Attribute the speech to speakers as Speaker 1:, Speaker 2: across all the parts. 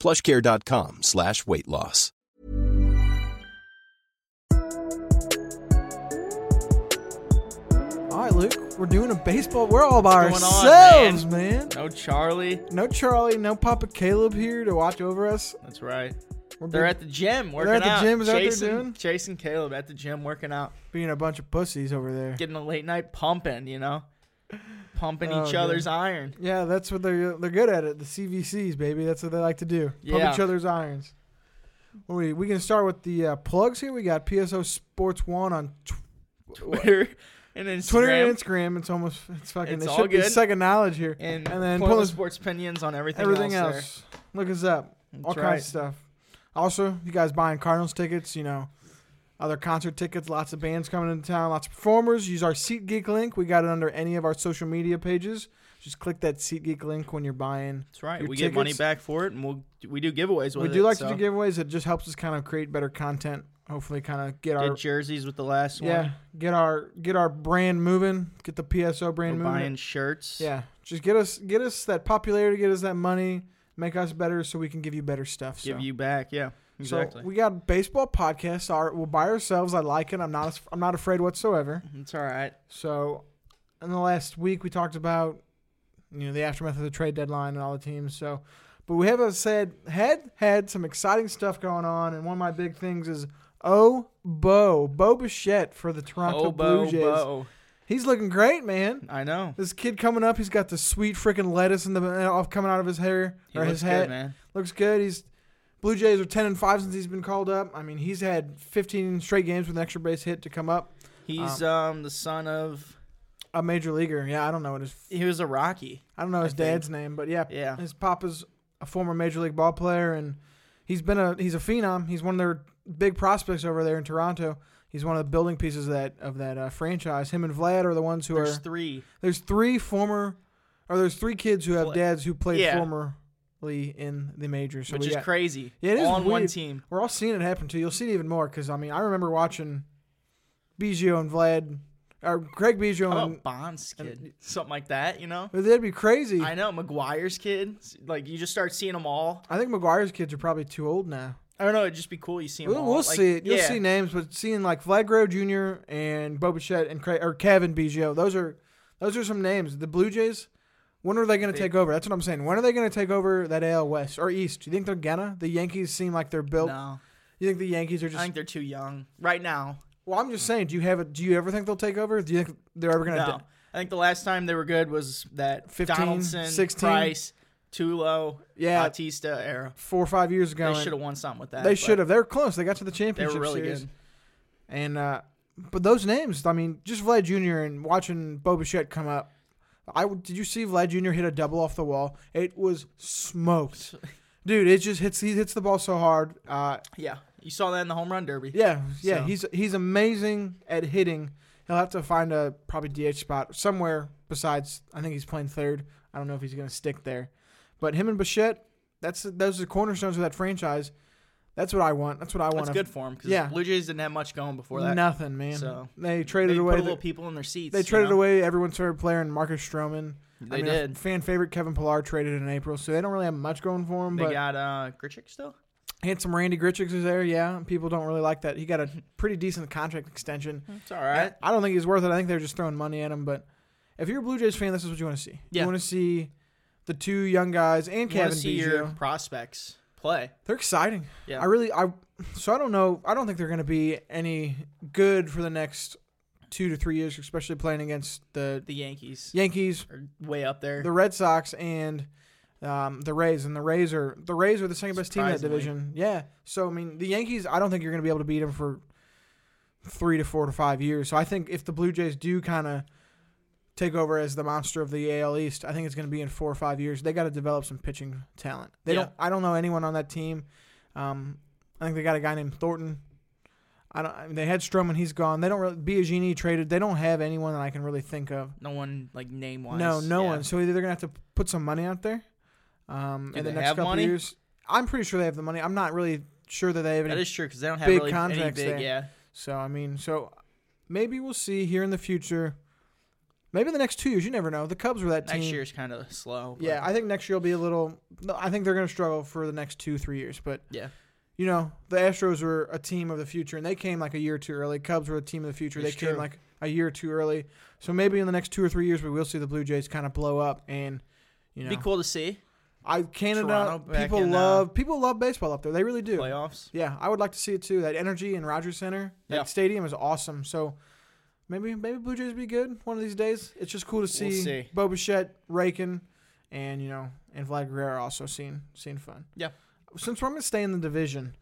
Speaker 1: plushcare.com slash weight loss.
Speaker 2: All right, Luke, we're doing a baseball. We're all by
Speaker 3: What's going on,
Speaker 2: ourselves, man?
Speaker 3: man? No Charlie.
Speaker 2: No Charlie, no Papa Caleb here to watch over us.
Speaker 3: That's right.
Speaker 2: We're
Speaker 3: They're
Speaker 2: big-
Speaker 3: at the gym working
Speaker 2: at the
Speaker 3: out.
Speaker 2: gym, is that what they're
Speaker 3: Chasing,
Speaker 2: doing?
Speaker 3: Chasing Caleb at the gym working out,
Speaker 2: being a bunch of pussies over there.
Speaker 3: getting a late night pumping, you know? Pumping
Speaker 2: Oh,
Speaker 3: each
Speaker 2: dude.
Speaker 3: other's iron.
Speaker 2: Yeah, that's what they're they're good at it. The CVCs, baby. That's what they like to do.
Speaker 3: Yeah.
Speaker 2: Pump each other's irons. What we we can start with the uh, plugs here. We got PSO Sports One on tw-
Speaker 3: Twitter and Instagram.
Speaker 2: Twitter and Instagram. It's almost it's fucking.
Speaker 3: It's
Speaker 2: it
Speaker 3: all
Speaker 2: should be
Speaker 3: good.
Speaker 2: second knowledge here.
Speaker 3: And,
Speaker 2: then
Speaker 3: Portland
Speaker 2: Portland-
Speaker 3: sports opinions on everything,
Speaker 2: everything
Speaker 3: else. there.
Speaker 2: else. Look us up. All
Speaker 3: That's
Speaker 2: kinds
Speaker 3: right.
Speaker 2: of stuff. Also, you guys buying Cardinals tickets, you know, other concert tickets, lots of bands coming into town, lots of performers. Use our SeatGeek link. We got it under any of our social media pages. Just click that SeatGeek link when you're buying.
Speaker 3: That's right.
Speaker 2: your
Speaker 3: we get money
Speaker 2: tickets.
Speaker 3: back for it, and we'll we do giveaways
Speaker 2: We
Speaker 3: with it.
Speaker 2: do like
Speaker 3: so.
Speaker 2: to do giveaways. It just helps us kind of create better content. Hopefully, kind of get
Speaker 3: Did
Speaker 2: our
Speaker 3: jerseys with the last
Speaker 2: yeah,
Speaker 3: one.
Speaker 2: get our get our brand moving. Get the PSO brand
Speaker 3: We're
Speaker 2: moving.
Speaker 3: buying shirts.
Speaker 2: Yeah, just get us get us that popularity, get us that money, make us better, so we can give you better stuff.
Speaker 3: Give
Speaker 2: so.
Speaker 3: you back. Yeah. Exactly.
Speaker 2: So we got baseball podcasts. Our we're by ourselves. I like it. I'm not. I'm not afraid whatsoever.
Speaker 3: it's all right.
Speaker 2: So, in the last week, we talked about you know the aftermath of the trade deadline and all the teams. So, but we have uh, said had had some exciting stuff going on, and one of my big things is oh Bo Bo Bichette for the Toronto
Speaker 3: Oh,
Speaker 2: Blue
Speaker 3: Bo,
Speaker 2: Jays.
Speaker 3: Bo.
Speaker 2: He's looking great, man.
Speaker 3: I know.
Speaker 2: This kid coming up, he's got the sweet freaking lettuce in the uh, off coming out of his hair
Speaker 3: He
Speaker 2: or
Speaker 3: looks
Speaker 2: his
Speaker 3: good,
Speaker 2: hat.
Speaker 3: man.
Speaker 2: Looks good. He's Blue Jays are ten and five since he's been called up. I mean, he's had 15 straight games with an extra base hit to come up.
Speaker 3: He's um the son of
Speaker 2: A major leaguer. Yeah, I don't know what his
Speaker 3: he was a Rocky.
Speaker 2: I don't know his dad's name, but yeah,
Speaker 3: Yeah.
Speaker 2: his papa's a former major league ball player, and he's been a he's a phenom. He's one of their big prospects over there in Toronto. He's one of the building pieces of that of that uh, franchise. Him and Vlad are the ones who
Speaker 3: There's
Speaker 2: are
Speaker 3: three.
Speaker 2: There's three former, or there's three kids who have
Speaker 3: Play-
Speaker 2: dads who played
Speaker 3: Yeah.
Speaker 2: formerly in the majors. So
Speaker 3: which
Speaker 2: we
Speaker 3: is
Speaker 2: got-
Speaker 3: crazy.
Speaker 2: Yeah, it is
Speaker 3: all on one
Speaker 2: weird.
Speaker 3: team.
Speaker 2: We're all seeing it happen too. You'll see it even more because I mean I remember watching Biggio and Vlad, or Craig Biggio
Speaker 3: How
Speaker 2: Um, and
Speaker 3: about Oh, Bond's kid? Something like that, you know?
Speaker 2: that'd be crazy.
Speaker 3: I
Speaker 2: I,
Speaker 3: know McGuire's kid. Like you just start seeing them all.
Speaker 2: think McGuire's kids are probably too old now.
Speaker 3: I don't know. It'd just be cool. You see them
Speaker 2: We'll,
Speaker 3: all.
Speaker 2: we'll
Speaker 3: Like,
Speaker 2: see it. You'll
Speaker 3: yeah.
Speaker 2: see names, but seeing like Vlad Guerrero Jr. and Bobuchet and Craig, or Kevin Biggio, those are those are some names. The Blue Jays. When are they going to take over? That's what I'm saying. When are they going to take over that AL West or East? Do you think they're gonna? The Yankees seem like they're built.
Speaker 3: No,
Speaker 2: You think the Yankees are
Speaker 3: I
Speaker 2: just?
Speaker 3: think they're too young right now.
Speaker 2: well, I'm just saying. Do you have a, Do you ever think they'll take over? Do you think they're ever going to?
Speaker 3: No, I think the last time they were good was that
Speaker 2: 15,
Speaker 3: Donaldson,
Speaker 2: 16?
Speaker 3: Price, Tulo,
Speaker 2: Yeah.
Speaker 3: Bautista era.
Speaker 2: Four or five years ago.
Speaker 3: They
Speaker 2: and
Speaker 3: should have won something with that.
Speaker 2: They
Speaker 3: but
Speaker 2: should have. They're close. They got to the
Speaker 3: They
Speaker 2: championship
Speaker 3: were really
Speaker 2: series.
Speaker 3: good.
Speaker 2: And uh, but those names, I mean, just Vlad Jr. and watching Bobuchet come up. I w- did you see Vlad Jr. hit a double off the wall? It was smoked, dude. It just hits. He hits the ball so hard. Uh,
Speaker 3: Yeah, you saw that in the home run derby.
Speaker 2: yeah, yeah.
Speaker 3: So-
Speaker 2: He's he's amazing at hitting. He'll have to find a probably DH spot somewhere besides. I think he's playing third. I don't know if he's going to stick there, but him and Bichette, that's those are the cornerstones of that franchise. That's what I want. That's what I want.
Speaker 3: That's good for him because
Speaker 2: Yeah.
Speaker 3: Blue Jays didn't have much going before that.
Speaker 2: Nothing, man.
Speaker 3: So
Speaker 2: they
Speaker 3: They
Speaker 2: traded
Speaker 3: put
Speaker 2: away.
Speaker 3: a
Speaker 2: the-
Speaker 3: little people in their seats.
Speaker 2: they
Speaker 3: you
Speaker 2: traded
Speaker 3: know?
Speaker 2: away everyone's favorite player and Marcus Stroman.
Speaker 3: They
Speaker 2: a
Speaker 3: did.
Speaker 2: Fan favorite Kevin Pillar traded in April, so they don't really have much going for them.
Speaker 3: They
Speaker 2: but
Speaker 3: got uh, Grichuk still.
Speaker 2: handsome Randy Gritchicks is there. Yeah, people don't really like that. He got a pretty decent contract extension.
Speaker 3: It's all right.
Speaker 2: I don't think he's worth it. I think they're just throwing money at him. But if you're a Blue Jays fan, this is what you want to see.
Speaker 3: Yeah.
Speaker 2: You want to see the two young guys and
Speaker 3: You want
Speaker 2: Kevin
Speaker 3: to see
Speaker 2: Biggio.
Speaker 3: your prospects play.
Speaker 2: They're exciting.
Speaker 3: Yeah.
Speaker 2: I really I so I don't know. I don't think they're going to be any good for the next 2 to 3 years, especially playing against the
Speaker 3: The Yankees
Speaker 2: Yankees,
Speaker 3: are way up there.
Speaker 2: the Red Sox and um, the Rays and the Rays are the Rays are the second best team in that
Speaker 3: Surprisingly.
Speaker 2: division. Yeah. So I mean, the Yankees. I don't think you're going to be able to beat them for three to four to five years. So I think if the Blue Jays do kind of take over as the monster of the AL East, I think it's going to be in four or five years. They got to develop some pitching talent. They
Speaker 3: Yeah.
Speaker 2: don't. I don't know anyone on that team. Um, I think they got a guy named Thornton. I don't. I mean, they had Stroman. He's gone. They don't really. Biagini traded. They don't have anyone that I can really think of.
Speaker 3: no one like name wise.
Speaker 2: No, no one. So either they're gonna have to put some money out there. Um,
Speaker 3: Do
Speaker 2: in the
Speaker 3: they
Speaker 2: next
Speaker 3: have
Speaker 2: couple
Speaker 3: money?
Speaker 2: years, I'm pretty sure they have the money. I'm not really sure that they have
Speaker 3: that
Speaker 2: any.
Speaker 3: is true because they don't have
Speaker 2: big
Speaker 3: really any
Speaker 2: contracts
Speaker 3: big.
Speaker 2: there.
Speaker 3: Yeah,
Speaker 2: so I mean, so maybe we'll see here in the future. Maybe the next two years, you never know. The Cubs were that
Speaker 3: next
Speaker 2: team.
Speaker 3: year's kind of slow. but
Speaker 2: yeah, I think next year will be a little. no, I think they're gonna struggle for the next two, three years. But
Speaker 3: yeah.
Speaker 2: you know, the Astros were a team of the future, and they came like a year too early. Cubs were a team of the future;
Speaker 3: It's
Speaker 2: they came
Speaker 3: true.
Speaker 2: like a year too early. So maybe in the next two or three years, we will see the Blue Jays kind of blow up, and you know,
Speaker 3: Be cool to see
Speaker 2: I Canada
Speaker 3: Toronto back
Speaker 2: people
Speaker 3: in, uh,
Speaker 2: love people love baseball up there. They really do.
Speaker 3: playoffs.
Speaker 2: Yeah, I would like to see it too. That energy in Rogers Center, that
Speaker 3: Yeah.
Speaker 2: stadium is awesome. So maybe maybe Blue Jays be good one of these days. It's just cool to see,
Speaker 3: see.
Speaker 2: Bo Bichette, Rakin, and you know, and Vlad Guerrero also seeing seeing fun.
Speaker 3: Yeah,
Speaker 2: Since we're gonna stay in the division,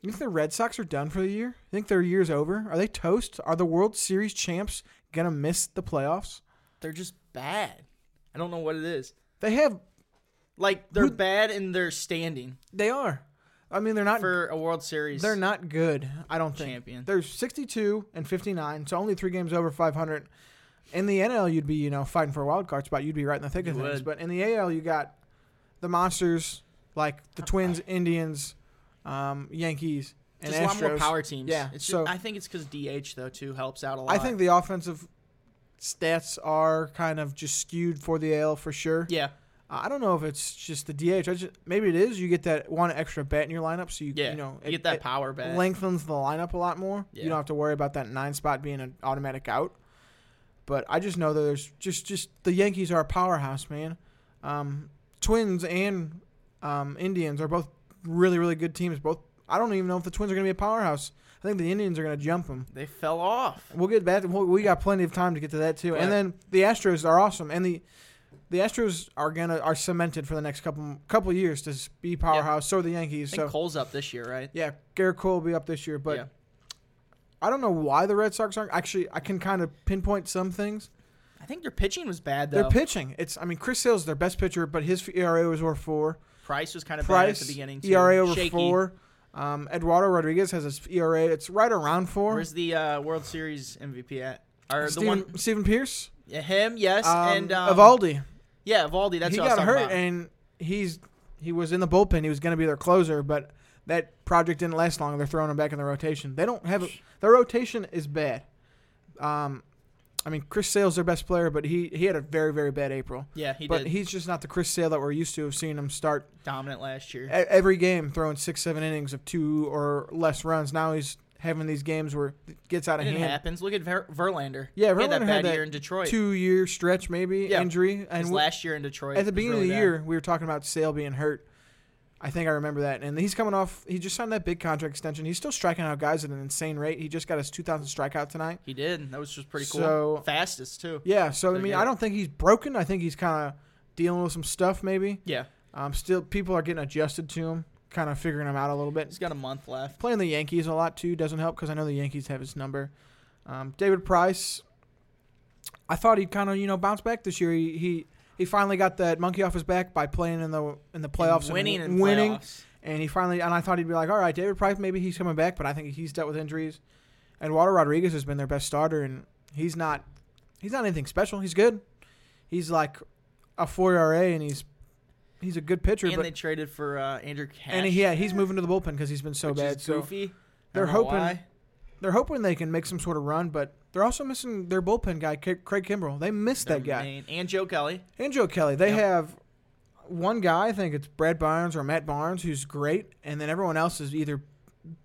Speaker 2: you think the Red Sox are done for the year? You think their year's over? Are they toast? Are the World Series champs gonna miss the playoffs?
Speaker 3: they're just bad. I don't know what it is.
Speaker 2: They have
Speaker 3: Like they're bad in their standing
Speaker 2: they are. I mean they're not
Speaker 3: for a World Series.
Speaker 2: They're not good. I don't think.
Speaker 3: Champion.
Speaker 2: They're 62 and 59, so only three games over 500. In the NL, you'd be you know fighting for a wild card spot. You'd be right in the thick of
Speaker 3: You
Speaker 2: things.
Speaker 3: would.
Speaker 2: But in the AL, you got the monsters like
Speaker 3: Uh,
Speaker 2: the Twins, Indians, um, Yankees, and
Speaker 3: just a lot more
Speaker 2: Astros.
Speaker 3: power teams.
Speaker 2: Yeah.
Speaker 3: it's
Speaker 2: so
Speaker 3: just, I think it's because DH though too helps out a lot.
Speaker 2: I think the offensive stats are kind of just skewed for the AL for sure.
Speaker 3: yeah,
Speaker 2: I don't know if it's just the DH. I just, maybe it is. You get that one extra bat in your lineup, so you
Speaker 3: Yeah,
Speaker 2: you know
Speaker 3: you get that power bat.
Speaker 2: lengthens the lineup a lot more. You
Speaker 3: Yeah.
Speaker 2: don't have to worry about that nine spot being an automatic out. But I just know that there's just just the Yankees are a powerhouse, man. Um, Twins and um, Indians are both really really good teams. Both I don't even know if the Twins are going to be a powerhouse. I think the Indians are going to jump them.
Speaker 3: they fell off.
Speaker 2: We'll get back. We'll, we got plenty of time to get to that too.
Speaker 3: Right.
Speaker 2: And then the Astros are awesome, and the the Astros are gonna are cemented for the next couple couple years to s- be powerhouse. So are the Yankees.
Speaker 3: I think
Speaker 2: So
Speaker 3: Cole's up this year, right?
Speaker 2: yeah, Garrett Cole will be up this year, but
Speaker 3: Yeah.
Speaker 2: I don't know why the Red Sox aren't. Actually, I can kind of pinpoint some things.
Speaker 3: I think their pitching was bad though.
Speaker 2: They're pitching. It's I mean Chris Sale's their best pitcher, but his ERA was over four.
Speaker 3: Price was kind of bad at
Speaker 2: Price
Speaker 3: the beginning. Too.
Speaker 2: ERA over
Speaker 3: Shaky.
Speaker 2: four. Um, Eduardo Rodriguez has his ERA. It's right around four.
Speaker 3: Where's the uh, World Series MVP at? Or the
Speaker 2: Steven,
Speaker 3: one
Speaker 2: Steven Pierce
Speaker 3: yeah, him? Yes,
Speaker 2: um,
Speaker 3: and um,
Speaker 2: Evaldi.
Speaker 3: Yeah, Evaldi. That's
Speaker 2: he
Speaker 3: what
Speaker 2: got
Speaker 3: I was
Speaker 2: hurt
Speaker 3: talking about.
Speaker 2: and he's he was in the bullpen. He was going to be their closer, but that project didn't last long. They're throwing him back in the rotation. They don't have a, their rotation is bad. Um, I mean Chris Sale's their best player, but he he had a very very bad April.
Speaker 3: Yeah, he
Speaker 2: but
Speaker 3: did.
Speaker 2: he's just not the Chris Sale that we're used to of seeing him start
Speaker 3: Dominant last year.
Speaker 2: e- every game throwing six seven innings of two or less runs. Now he's having these games where it gets out of
Speaker 3: it
Speaker 2: hand.
Speaker 3: happens. Look at Ver- Verlander.
Speaker 2: Yeah, Verlander
Speaker 3: he had that bad
Speaker 2: had that
Speaker 3: year in Detroit.
Speaker 2: two year stretch maybe
Speaker 3: Yeah,
Speaker 2: injury and
Speaker 3: His
Speaker 2: we-
Speaker 3: last year in Detroit.
Speaker 2: at the
Speaker 3: was
Speaker 2: beginning
Speaker 3: really
Speaker 2: of the
Speaker 3: bad.
Speaker 2: year, we were talking about Sale being hurt. I think I remember that. And he's coming off. He just signed that big contract extension. He's still striking out guys at an insane rate. He just got his 2,000 strikeout tonight.
Speaker 3: he did. That was just pretty cool.
Speaker 2: So-
Speaker 3: Fastest too.
Speaker 2: Yeah. So I
Speaker 3: They're
Speaker 2: mean,
Speaker 3: good.
Speaker 2: I don't think he's broken. I think he's kind of dealing with some stuff. Maybe.
Speaker 3: yeah.
Speaker 2: Um. Still, people are getting adjusted to him, kind of figuring him out a little bit.
Speaker 3: He's got a month left.
Speaker 2: Playing the Yankees a lot too doesn't help because I know the Yankees have his number. Um, David Price. I thought he'd kind of you know bounce back this year. He, he he finally got that monkey off his back by playing in the in the playoffs and
Speaker 3: winning in
Speaker 2: winning.
Speaker 3: playoffs.
Speaker 2: And he finally, and I thought he'd be like, all right, David Price, maybe he's coming back, but I think he's dealt with injuries. And Walter Rodriguez has been their best starter, and he's not, he's not anything special. He's good. He's like a four ERA, E and he's he's a good pitcher,
Speaker 3: and
Speaker 2: but
Speaker 3: they traded for uh, Andrew Cash.
Speaker 2: and he, yeah, he's moving to the bullpen because he's been so
Speaker 3: which
Speaker 2: bad.
Speaker 3: is
Speaker 2: so
Speaker 3: goofy.
Speaker 2: they're
Speaker 3: I don't know
Speaker 2: hoping-
Speaker 3: why.
Speaker 2: they're hoping they can make some sort of run, but they're also missing their bullpen guy, K- Craig Kimbrell. They missed that
Speaker 3: Their
Speaker 2: guy.
Speaker 3: main- and Joe Kelly.
Speaker 2: And Joe Kelly. They
Speaker 3: Yep.
Speaker 2: have one guy, I think it's Brad Barnes or Matt Barnes, who's great, and then everyone else is either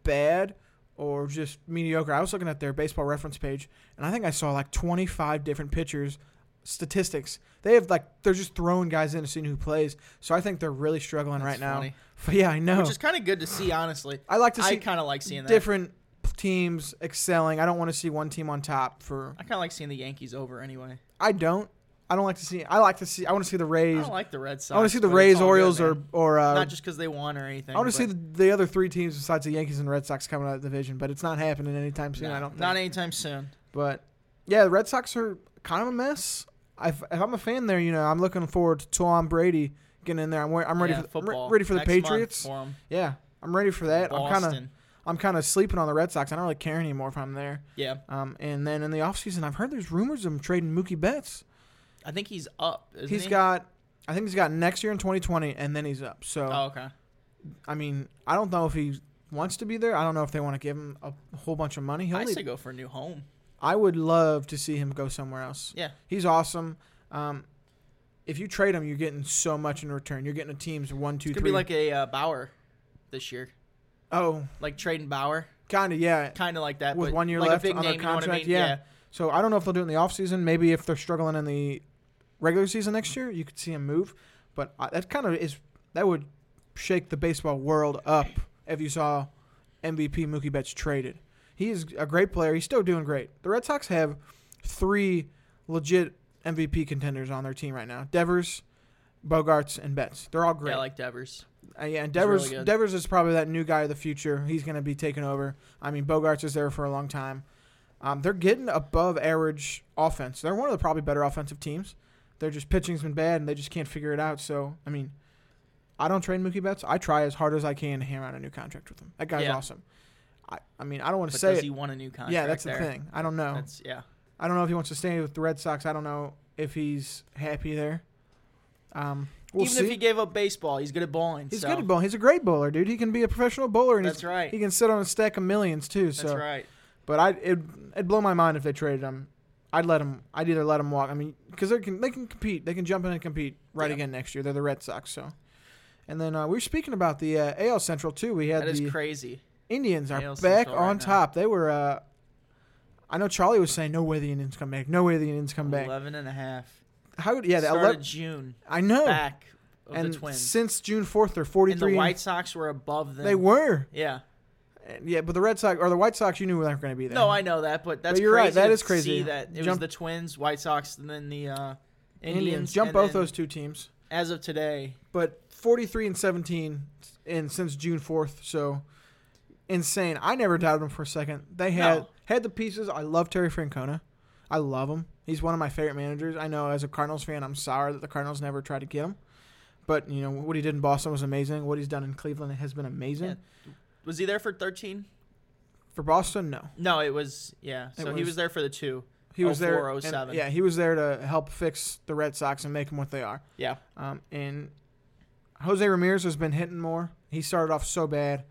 Speaker 2: bad or just mediocre. I was looking at their baseball reference page, and I think I saw like 25 different pitchers' statistics. They have like, they're just throwing guys in to see who plays. So I think they're really struggling right
Speaker 3: That's funny.
Speaker 2: now. But yeah, I know.
Speaker 3: Which is kind of good to see, honestly.
Speaker 2: Oh. I like to see
Speaker 3: I kind of like seeing that.
Speaker 2: different teams excelling. I don't want to see one team on top for
Speaker 3: I kind of like seeing the Yankees over anyway.
Speaker 2: I don't. I don't like to see. I like to see. I want to see the
Speaker 3: I
Speaker 2: Rays.
Speaker 3: don't like the Red Sox.
Speaker 2: I want to see the
Speaker 3: but it's
Speaker 2: Rays,
Speaker 3: all good,
Speaker 2: Orioles,
Speaker 3: man.
Speaker 2: or or uh,
Speaker 3: not just because they won or anything.
Speaker 2: I want to see
Speaker 3: but-
Speaker 2: the, the other three teams besides the Yankees and Red Sox coming out of the division, but it's not happening anytime soon. I don't think.
Speaker 3: Not anytime soon.
Speaker 2: but yeah, the Red Sox are kind of a mess. i if I'm a fan there, you know, I'm looking forward to Tom Brady getting in there. I'm, wa- I'm ready
Speaker 3: Yeah,
Speaker 2: for the, I'm re-
Speaker 3: football.
Speaker 2: ready for the
Speaker 3: Next month
Speaker 2: Patriots.
Speaker 3: for 'em.
Speaker 2: yeah, I'm ready for that. I'm kind of
Speaker 3: Boston.
Speaker 2: I'm kind of sleeping on the Red Sox. I don't really care anymore if I'm there.
Speaker 3: Yeah,
Speaker 2: Um, and then in the offseason, I've heard there's rumors of him trading Mookie Betts.
Speaker 3: I think he's up. Isn't
Speaker 2: He's
Speaker 3: he?
Speaker 2: got, I think he's got next year in 2020, and then he's up. So
Speaker 3: Oh, okay.
Speaker 2: I mean, I don't know if he wants to be there. I don't know if they want to give him a whole bunch of money. He'll
Speaker 3: I
Speaker 2: need-
Speaker 3: say go for a new home.
Speaker 2: I would love to see him go somewhere else.
Speaker 3: Yeah.
Speaker 2: he's awesome. Um, if you trade him, you're getting so much in return. You're getting a team's one, two,
Speaker 3: It's
Speaker 2: three.
Speaker 3: gonna be like a uh, Bauer this year,
Speaker 2: oh,
Speaker 3: like trading Bauer,
Speaker 2: kind of yeah,
Speaker 3: kind of like that.
Speaker 2: with
Speaker 3: but
Speaker 2: one year
Speaker 3: like
Speaker 2: left
Speaker 3: a big
Speaker 2: on
Speaker 3: name,
Speaker 2: their
Speaker 3: you know what I
Speaker 2: contract.
Speaker 3: mean?
Speaker 2: yeah. So I don't know if they'll do it in the offseason. Maybe if they're struggling in the regular season next year, you could see him move. But I, that kind of is that would shake the baseball world up if you saw MVP Mookie Betts traded. He is a great player. He's still doing great. The Red Sox have three legit MVP contenders on their team right now: Devers, Bogarts, and Betts. They're all
Speaker 3: yeah,
Speaker 2: great.
Speaker 3: yeah, like Devers.
Speaker 2: Uh, yeah, and
Speaker 3: really
Speaker 2: Devers
Speaker 3: good.
Speaker 2: Devers is probably that new guy of the future. He's going to be taking over. I mean, Bogarts is there for a long time. Um, they're getting above average offense. They're one of the probably better offensive teams. They're just pitching's been bad and they just can't figure it out. So I mean, I don't trade Mookie Betts. I try as hard as I can to hammer out a new contract with him. That guy's
Speaker 3: Yeah.
Speaker 2: awesome. I, I mean, I don't want to
Speaker 3: But
Speaker 2: say
Speaker 3: does
Speaker 2: it.
Speaker 3: he want a new contract?
Speaker 2: yeah, that's the
Speaker 3: there?
Speaker 2: thing. Oh. I don't know.
Speaker 3: That's yeah.
Speaker 2: I don't know if he wants to stay with the Red Sox. I don't know if he's happy there. Um, we'll
Speaker 3: Even
Speaker 2: see.
Speaker 3: if he gave up baseball, he's good at bowling.
Speaker 2: He's
Speaker 3: so.
Speaker 2: good at bowling. He's a great bowler, dude. He can be a professional bowler, and he's-
Speaker 3: That's right.
Speaker 2: He can sit on a stack of millions too. So,
Speaker 3: That's right.
Speaker 2: but I it it'd blow my mind if they traded him. I'd let him. I'd either let him walk. I mean, because they can they can compete. They can jump in and compete right
Speaker 3: Yeah.
Speaker 2: again next year. They're the Red Sox, so. And then uh, we were speaking about the uh, AL Central too. We had
Speaker 3: That is
Speaker 2: the
Speaker 3: crazy.
Speaker 2: Indians are
Speaker 3: AL
Speaker 2: back
Speaker 3: Central right
Speaker 2: on
Speaker 3: now.
Speaker 2: top. They were. Uh, I know Charlie was saying, "No way the Indians come back. No way the Indians come back."
Speaker 3: 11 and a half.
Speaker 2: How would yeah? The
Speaker 3: Start of
Speaker 2: 11,
Speaker 3: June.
Speaker 2: I know.
Speaker 3: Back of
Speaker 2: and
Speaker 3: the Twins.
Speaker 2: since June fourth, they're forty
Speaker 3: and the
Speaker 2: three.
Speaker 3: White Sox were above them.
Speaker 2: They were.
Speaker 3: Yeah.
Speaker 2: And, Yeah, but the Red Sox or the White Sox, you knew weren't going to be there.
Speaker 3: No, I know that, but that's
Speaker 2: But you're right,
Speaker 3: crazy
Speaker 2: that
Speaker 3: to
Speaker 2: is crazy.
Speaker 3: See that it
Speaker 2: Jump-
Speaker 3: was the Twins, White Sox, and then the uh, Indians.
Speaker 2: Indians, jump
Speaker 3: and
Speaker 2: both
Speaker 3: then
Speaker 2: those two teams.
Speaker 3: As of today,
Speaker 2: But 43 and 17, and since June 4th, so insane. I never doubted them for a second. They had
Speaker 3: No.
Speaker 2: had the pieces. I love Terry Francona. I love him. He's one of my favorite managers. I know as a Cardinals fan, I'm sour that the Cardinals never tried to get him. But you know what he did in Boston was amazing. What he's done in Cleveland has been amazing.
Speaker 3: Yeah. was he there for 13?
Speaker 2: For Boston, no,
Speaker 3: No, it was yeah. So he
Speaker 2: was-
Speaker 3: was there for the two.
Speaker 2: he was there.
Speaker 3: 04,
Speaker 2: and-
Speaker 3: 07.
Speaker 2: yeah, he was there to help fix the Red Sox and make them what they are.
Speaker 3: yeah.
Speaker 2: Um, and Jose Ramirez has been hitting more. He started off so bad.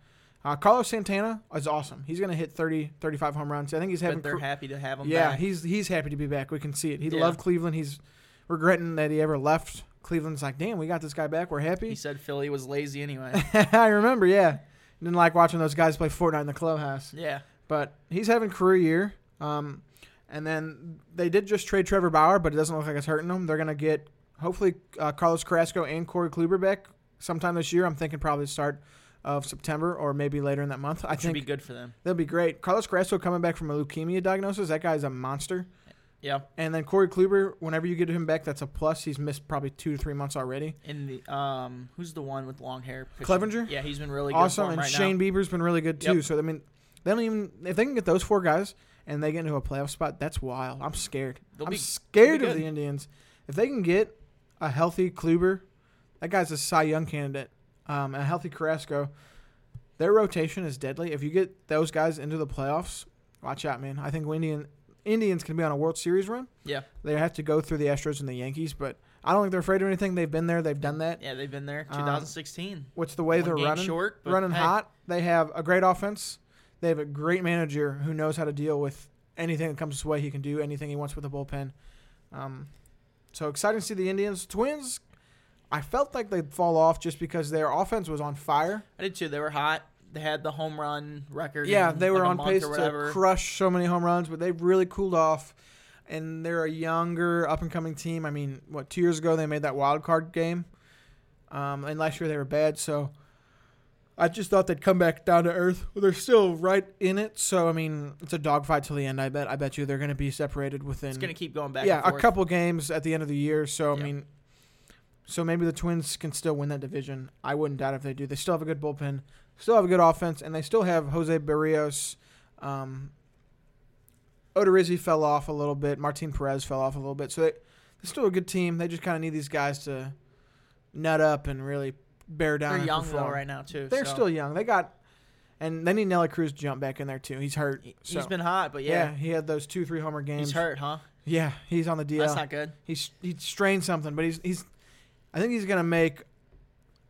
Speaker 2: Uh, Carlos Santana is awesome. He's going to hit 30, 35 home runs. I think he's having.
Speaker 3: But they're
Speaker 2: cr-
Speaker 3: happy to have him.
Speaker 2: yeah,
Speaker 3: back.
Speaker 2: he's he's happy to be back. We can see it. He
Speaker 3: Yeah.
Speaker 2: loved Cleveland. He's regretting that he ever left. Cleveland's like, damn, we got this guy back. We're happy.
Speaker 3: He said Philly was lazy anyway.
Speaker 2: I remember, yeah. Didn't like watching those guys play Fortnite in the clubhouse.
Speaker 3: yeah.
Speaker 2: But he's having career year. Um, and then they did just trade Trevor Bauer, but it doesn't look like it's hurting them. They're gonna get hopefully uh, Carlos Carrasco and Corey Kluber back sometime this year. I'm thinking probably start of September or maybe later in that month. I
Speaker 3: Should
Speaker 2: think
Speaker 3: be good for them.
Speaker 2: that'll be great. Carlos Carrasco coming back from a leukemia diagnosis. That guy's a monster.
Speaker 3: Yeah.
Speaker 2: And then Corey Kluber, whenever you get him back, that's a plus. He's missed probably two to three months already.
Speaker 3: In the um, who's the one with long hair? pitching?
Speaker 2: Clevenger?
Speaker 3: Yeah, he's been really good.
Speaker 2: awesome,
Speaker 3: for 'em
Speaker 2: and
Speaker 3: right
Speaker 2: Shane
Speaker 3: now.
Speaker 2: Bieber's been really good too.
Speaker 3: Yep.
Speaker 2: So I mean, they don't even if they can get those four guys and they get into a playoff spot, that's wild. I'm scared.
Speaker 3: They'll
Speaker 2: I'm
Speaker 3: be-
Speaker 2: scared
Speaker 3: they'll be
Speaker 2: of the
Speaker 3: good.
Speaker 2: Indians. If they can get a healthy Kluber, that guy's a Cy Young candidate. Um, and a healthy Carrasco, their rotation is deadly. If you get those guys into the playoffs, watch out, man. I think Indian Indians can be on a World Series run.
Speaker 3: Yeah.
Speaker 2: They have to go through the Astros and the Yankees, but I don't think they're afraid of anything. They've been there. They've done that.
Speaker 3: Yeah, they've been there.
Speaker 2: Uh,
Speaker 3: 2016.
Speaker 2: What's the way
Speaker 3: One
Speaker 2: they're
Speaker 3: game
Speaker 2: running?
Speaker 3: short, but
Speaker 2: running
Speaker 3: hey.
Speaker 2: hot. They have a great offense. They have a great manager who knows how to deal with anything that comes his way. He can do anything he wants with a bullpen. Um, so exciting to see the Indians. Twins. I felt like they'd fall off just because their offense was on fire.
Speaker 3: I did too. They were hot. They had the home run record.
Speaker 2: Yeah,
Speaker 3: in,
Speaker 2: they were
Speaker 3: like, a
Speaker 2: on
Speaker 3: month
Speaker 2: pace
Speaker 3: or
Speaker 2: to
Speaker 3: whatever.
Speaker 2: crush so many home runs, but they've really cooled off. And they're a younger, up and coming team. I mean, what two years ago they made that wild card game, um, and last year they were bad. So I just thought they'd come back down to earth. Well, they're still right in it. So I mean, it's a dogfight till the end. I bet. I bet you they're going to be separated within.
Speaker 3: It's gonna keep going back.
Speaker 2: yeah,
Speaker 3: and
Speaker 2: a
Speaker 3: forth.
Speaker 2: couple games at the end of the year. So I mean, so maybe the Twins can still win that division. I wouldn't doubt if they do. They still have a good bullpen, still have a good offense, and they still have Jose Barrios. Um, Odorizzi fell off a little bit. Martin Perez fell off a little bit. So they, they're still a good team. They just kind of need these guys to nut up and really bear down.
Speaker 3: They're
Speaker 2: and
Speaker 3: young though
Speaker 2: perform.
Speaker 3: right now too.
Speaker 2: They're
Speaker 3: so.
Speaker 2: still young. They got, and they need Nelly Cruz to jump back in there too. He's hurt.
Speaker 3: He's
Speaker 2: so.
Speaker 3: been hot, but
Speaker 2: Yeah.
Speaker 3: yeah,
Speaker 2: he had those two three homer games.
Speaker 3: he's hurt, huh?
Speaker 2: Yeah, he's on the DL.
Speaker 3: That's not good.
Speaker 2: He's he strained something, but he's he's. I think he's gonna make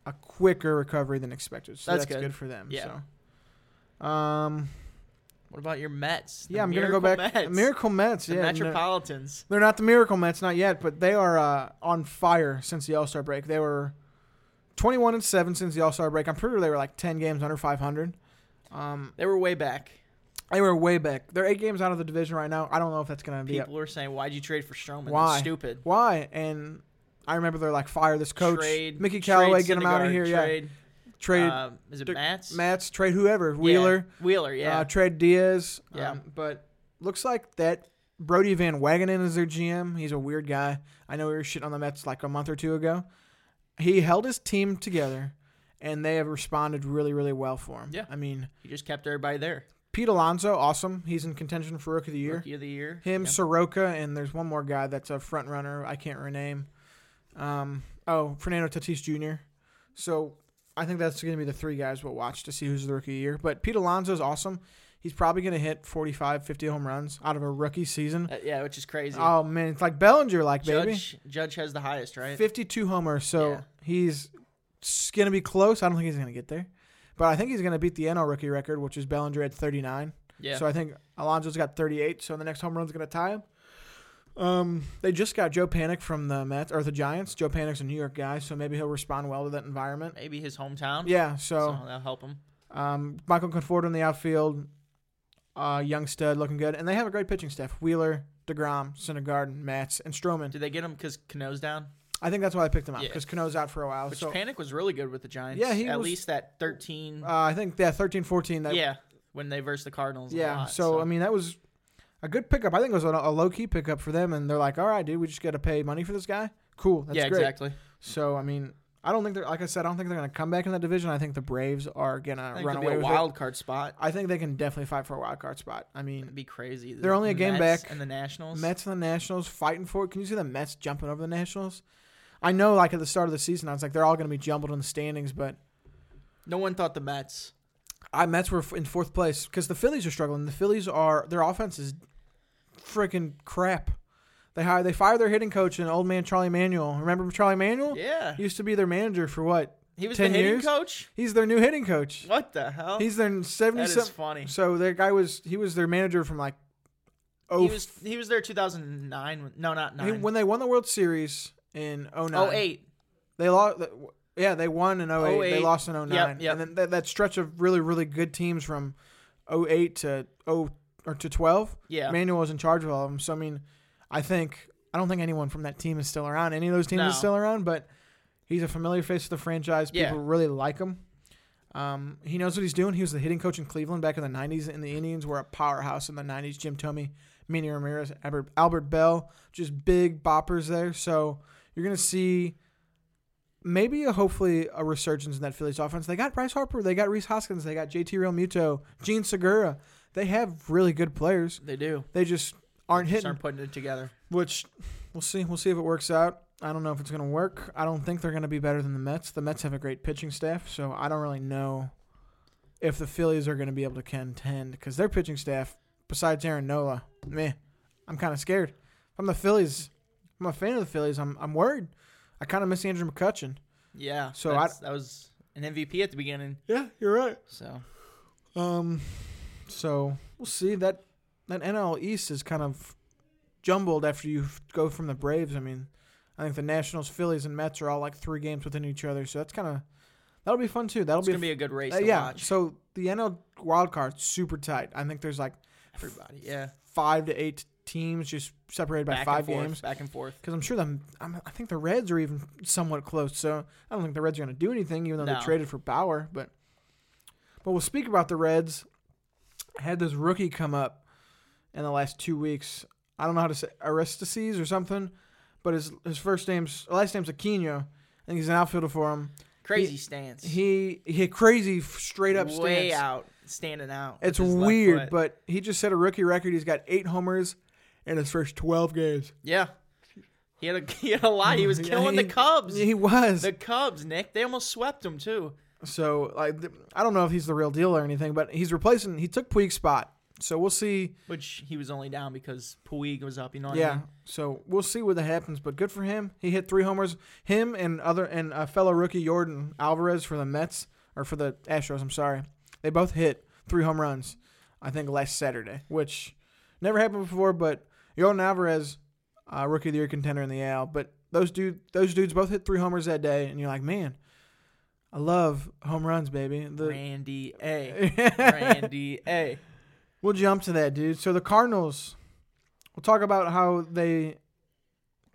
Speaker 2: a quicker recovery than expected. So that's,
Speaker 3: That's
Speaker 2: good.
Speaker 3: good.
Speaker 2: for them.
Speaker 3: Yeah.
Speaker 2: So. Um.
Speaker 3: What about your Mets? The
Speaker 2: Yeah, I'm gonna go
Speaker 3: Miracle
Speaker 2: back.
Speaker 3: Mets.
Speaker 2: Miracle Mets.
Speaker 3: The
Speaker 2: yeah. no-
Speaker 3: Metropolitans.
Speaker 2: they're not the Miracle Mets, not yet, but they are uh, on fire since the All Star break. They were 21 and seven since the All Star break. I'm pretty sure they were like 10 games under 500.
Speaker 3: They were way back.
Speaker 2: They were way back. They're eight games out of the division right now. I don't know if that's gonna be up-
Speaker 3: People were saying, "Why'd you trade for Stroman? That's
Speaker 2: Why?
Speaker 3: stupid."
Speaker 2: Why? And I remember they're like, fire this coach,
Speaker 3: Trade
Speaker 2: Mickey
Speaker 3: trade
Speaker 2: Callaway, get him out of
Speaker 3: Syndergaard,
Speaker 2: here.
Speaker 3: Trade,
Speaker 2: yeah, trade
Speaker 3: uh, is it
Speaker 2: Dick-
Speaker 3: Mats?
Speaker 2: Mats, trade whoever,
Speaker 3: Yeah.
Speaker 2: Wheeler,
Speaker 3: Wheeler, yeah.
Speaker 2: uh, trade Diaz. Um,
Speaker 3: Yeah.
Speaker 2: but looks like that Brody Van Wagenen is their GM. He's a weird guy. I know we were shitting on the Mets like a month or two ago. He held his team together, and they have responded really, really well for him.
Speaker 3: Yeah.
Speaker 2: I mean,
Speaker 3: he just kept everybody there.
Speaker 2: Pete Alonso, awesome. He's in contention for Rookie of the Year.
Speaker 3: Rookie of the year.
Speaker 2: Him, Soroka, and there's one more guy that's a front runner. I can't rename. Um, oh, Fernando Tatis Jr. So I think that's going to be the three guys we'll watch to see who's the rookie of the year. But Pete Alonso's awesome. He's probably going to hit 45, 50 home runs out of a rookie season.
Speaker 3: Uh, yeah, which is crazy.
Speaker 2: Oh man, it's like Bellinger, like baby,
Speaker 3: Judge Judge has the highest, right?
Speaker 2: 52 homers. So
Speaker 3: Yeah.
Speaker 2: he's going to be close. I don't think he's going to get there, but I think he's going to beat the NL rookie record, which is Bellinger at 39.
Speaker 3: Yeah.
Speaker 2: So I think Alonzo's got 38. So the next home run's going to tie him. Um, they just got Joe Panic from the Mets or the Giants. Joe Panic's a New York guy, so maybe he'll respond well to that environment.
Speaker 3: Maybe his hometown.
Speaker 2: Yeah.
Speaker 3: So
Speaker 2: So
Speaker 3: that'll help him.
Speaker 2: um, Michael Conforto in the outfield, uh, young stud looking good, and they have a great pitching staff: Wheeler, Degrom, Syndergaard, Mats, and Stroman.
Speaker 3: Did they get him because Cano's down?
Speaker 2: I think that's why they picked him up
Speaker 3: Yeah.
Speaker 2: because Cano's out for a while.
Speaker 3: Which
Speaker 2: so
Speaker 3: Panic was really good with the Giants.
Speaker 2: Yeah, he
Speaker 3: at
Speaker 2: was-
Speaker 3: least that 13.
Speaker 2: uh, I think yeah, 13, 14. That,
Speaker 3: yeah, when they versed the Cardinals. a
Speaker 2: Yeah.
Speaker 3: lot,
Speaker 2: so, I mean, that was a good pickup. I think it was a, a low key pickup for them, and they're like, "All right, dude, we just got to pay money for this guy. Cool. That's
Speaker 3: yeah,
Speaker 2: great."
Speaker 3: exactly.
Speaker 2: So, I mean, I don't think they're like I said. I don't think they're gonna come back in that division. I think the Braves are
Speaker 3: I
Speaker 2: gonna
Speaker 3: think
Speaker 2: run
Speaker 3: it'll be
Speaker 2: away
Speaker 3: a
Speaker 2: with
Speaker 3: wild
Speaker 2: it.
Speaker 3: card spot.
Speaker 2: I think they can definitely fight for a wild card spot. I mean,
Speaker 3: It'd be crazy.
Speaker 2: They're only a game
Speaker 3: Mets
Speaker 2: back.
Speaker 3: And the Nationals.
Speaker 2: Mets and the Nationals fighting for it. Can you see the Mets jumping over the Nationals? I know, like at the start of the season, I was like, they're all going to be jumbled in the standings, but
Speaker 3: No one thought the Mets.
Speaker 2: I Mets were f- in fourth place because the Phillies are struggling. The Phillies are their offense is freaking crap. They hire they fire their hitting coach and old man Charlie Manuel. Remember Charlie Manuel?
Speaker 3: Yeah.
Speaker 2: used to be their manager for what?
Speaker 3: He was
Speaker 2: 10
Speaker 3: the hitting
Speaker 2: years?
Speaker 3: coach.
Speaker 2: He's their new hitting coach.
Speaker 3: What the hell?
Speaker 2: He's their seventy.
Speaker 3: That is funny.
Speaker 2: So their guy was he was their manager from like oh
Speaker 3: he was he was there 2009. when- No, not nine.
Speaker 2: when they won the World Series in 09.
Speaker 3: oh eight.
Speaker 2: They lost. Yeah, they won in 08. They
Speaker 3: 08.
Speaker 2: lost in 09.
Speaker 3: Yep, yep.
Speaker 2: And then that, that stretch of really, really good teams from 08 to 0 or to 12.
Speaker 3: Yeah.
Speaker 2: Manuel was in charge of all of them. So I mean, I think I don't think anyone from that team is still around. Any of those teams
Speaker 3: No.
Speaker 2: is still around, but he's a familiar face of the franchise.
Speaker 3: Yeah.
Speaker 2: People really like him. Um, he knows what he's doing. He was the hitting coach in Cleveland back in the '90s, and the Indians were a powerhouse in the '90s. Jim Thome, Manny Ramirez, Albert, Albert Bell, just big boppers there. So you're gonna see maybe a, hopefully a resurgence in that Phillies offense. They got Bryce Harper, they got Reese Hoskins, they got JT Real Muto, Gene Segura. They have really good players.
Speaker 3: They do.
Speaker 2: They just aren't
Speaker 3: Just
Speaker 2: hitting,
Speaker 3: aren't putting it together.
Speaker 2: which we'll see. We'll see if it works out. I don't know if it's going to work. I don't think they're going to be better than the Mets. The Mets have a great pitching staff, so I don't really know if the Phillies are going to be able to contend because their pitching staff, besides Aaron Nola, meh, I'm kind of scared. If I'm the Phillies. I'm a fan of the Phillies. I'm, I'm worried. I kind of miss Andrew McCutcheon.
Speaker 3: Yeah.
Speaker 2: So
Speaker 3: that's-
Speaker 2: I-
Speaker 3: that was an MVP at the beginning.
Speaker 2: Yeah, you're right.
Speaker 3: So
Speaker 2: Um, so we'll see that that NL East is kind of jumbled after you f- go from the Braves. I mean, I think the Nationals, Phillies, and Mets are all like three games within each other. So that's kind of that'll be fun too. That'll
Speaker 3: it's
Speaker 2: be
Speaker 3: gonna be a good race.
Speaker 2: Uh,
Speaker 3: to
Speaker 2: yeah.
Speaker 3: watch.
Speaker 2: So the NL wild card's super tight. I think there's like
Speaker 3: everybody. Yeah.
Speaker 2: five to eight teams just separated by
Speaker 3: Back
Speaker 2: five
Speaker 3: and forth,
Speaker 2: games.
Speaker 3: Back and forth.
Speaker 2: Because I'm sure them, I'm, I think the Reds are even somewhat close. So I don't think the Reds are going to do anything, even though they
Speaker 3: No.
Speaker 2: traded for Bauer. But but we'll speak about the Reds. I had this rookie come up in the last two weeks. I don't know how to say Aristides or something, but his his first name's last name's Aquino. I think he's an outfielder for him.
Speaker 3: Crazy stance.
Speaker 2: He he had crazy f- straight up
Speaker 3: way
Speaker 2: stance.
Speaker 3: out, standing out. with
Speaker 2: It's
Speaker 3: his left
Speaker 2: weird,
Speaker 3: foot.
Speaker 2: but he just set a rookie record. He's got eight homers in his first twelve games.
Speaker 3: yeah, he had a he had a lot. He was
Speaker 2: Yeah,
Speaker 3: killing
Speaker 2: he-
Speaker 3: the Cubs.
Speaker 2: He was
Speaker 3: the Cubs, Nick. They almost swept him too.
Speaker 2: So like, th- I don't know if he's the real deal or anything, but he's replacing. He took Puig's spot, so we'll see.
Speaker 3: Which he was only down because Puig was up. You know what I
Speaker 2: Yeah,
Speaker 3: mean?
Speaker 2: so we'll see what that happens. But good for him. He hit three homers. Him and other and a fellow rookie Jordan Alvarez for the Mets or for the Astros. I'm sorry, they both hit three home runs. I think last Saturday, which never happened before. But Jordan Alvarez, uh, rookie of the year contender in the AL. But those dude, those dudes both hit three homers that day, and you're like, man, I love home runs, baby. The,
Speaker 3: Randy A. Randy A.
Speaker 2: We'll jump to that, dude. So the Cardinals, we'll talk about how they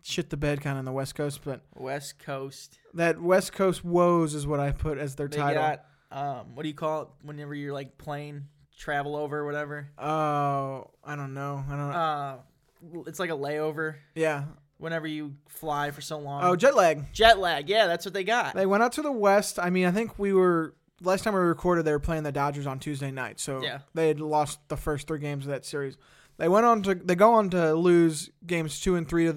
Speaker 2: shit the bed kind of in the West Coast, but
Speaker 3: West Coast.
Speaker 2: that West Coast woes is what I put as their
Speaker 3: They
Speaker 2: title.
Speaker 3: got um. What do you call it? Whenever you're like plane travel over or whatever.
Speaker 2: Oh, I don't know. I don't. know.
Speaker 3: Uh, it's like a layover.
Speaker 2: yeah.
Speaker 3: Whenever you fly for so long.
Speaker 2: Oh, jet lag.
Speaker 3: jet lag. Yeah, that's what they got.
Speaker 2: They went out to the West. I mean, I think we were last time we recorded. They were playing the Dodgers on Tuesday night, so
Speaker 3: Yeah.
Speaker 2: they had lost the first three games of that series. They went on to they go on to lose games two and three to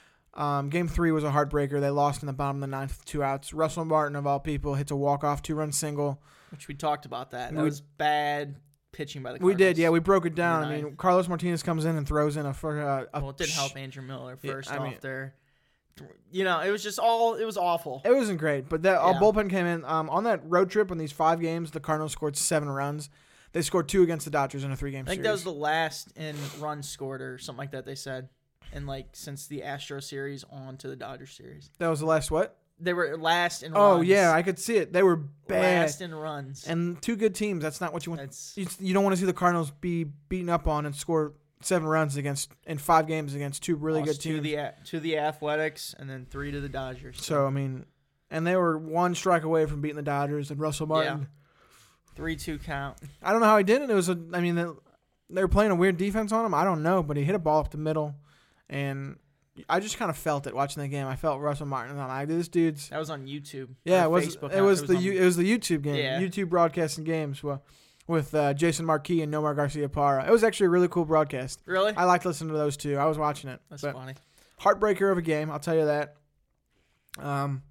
Speaker 2: Um, game three was a heartbreaker. They lost in the bottom of the ninth with two outs. Russell Martin, of all people, hits a walk-off two-run single.
Speaker 3: Which we talked about that. That
Speaker 2: We-
Speaker 3: was bad pitching by the
Speaker 2: We
Speaker 3: Cardinals.
Speaker 2: did, yeah. We broke it down.
Speaker 3: In the
Speaker 2: I mean,
Speaker 3: ninth.
Speaker 2: Carlos Martinez comes in and throws in a. fr- Uh, a
Speaker 3: well, it didn't
Speaker 2: sh-
Speaker 3: help Andrew Miller
Speaker 2: Yeah,
Speaker 3: first
Speaker 2: I
Speaker 3: off
Speaker 2: mean-
Speaker 3: there. You know, it was just all it was awful.
Speaker 2: It wasn't great, but that our
Speaker 3: Yeah.
Speaker 2: bullpen came in um, on that road trip. On these five games, the Cardinals scored seven runs. They scored two against the Dodgers in a three-game
Speaker 3: I think
Speaker 2: series.
Speaker 3: that was the last in run scored or something like that. They said, and like since the Astro series on to the Dodger series,
Speaker 2: That was the last what?
Speaker 3: they were last in.
Speaker 2: Oh
Speaker 3: runs.
Speaker 2: yeah, I could see it. They were bad.
Speaker 3: last in runs.
Speaker 2: and two good teams. That's not what you want.
Speaker 3: That's-
Speaker 2: You, you don't want to see the Cardinals be beaten up on and score seven runs against in five games against two really
Speaker 3: Lost
Speaker 2: good teams.
Speaker 3: To the A- to the Athletics and then three to the Dodgers.
Speaker 2: so I mean, and they were one strike away from beating the Dodgers and Russell Martin.
Speaker 3: three two count.
Speaker 2: I don't know how he did it. It was a. I mean, they- they were playing a weird defense on him. I don't know, but he hit a ball up the middle, and I just kind of felt it watching the game. I felt Russell Martin. I'm like, this dude's.
Speaker 3: That was on YouTube.
Speaker 2: Yeah,
Speaker 3: Or
Speaker 2: it was.
Speaker 3: Facebook,
Speaker 2: it
Speaker 3: not-
Speaker 2: was the
Speaker 3: on-
Speaker 2: you it was the YouTube game,
Speaker 3: Yeah.
Speaker 2: YouTube broadcasting games. Well, with uh, Jason Marquis and Nomar Garcia Parra. It was actually a really cool broadcast.
Speaker 3: Really?
Speaker 2: I liked listening to those two. I was watching it.
Speaker 3: That's
Speaker 2: But
Speaker 3: funny.
Speaker 2: Heartbreaker of a game, I'll tell you that. Um,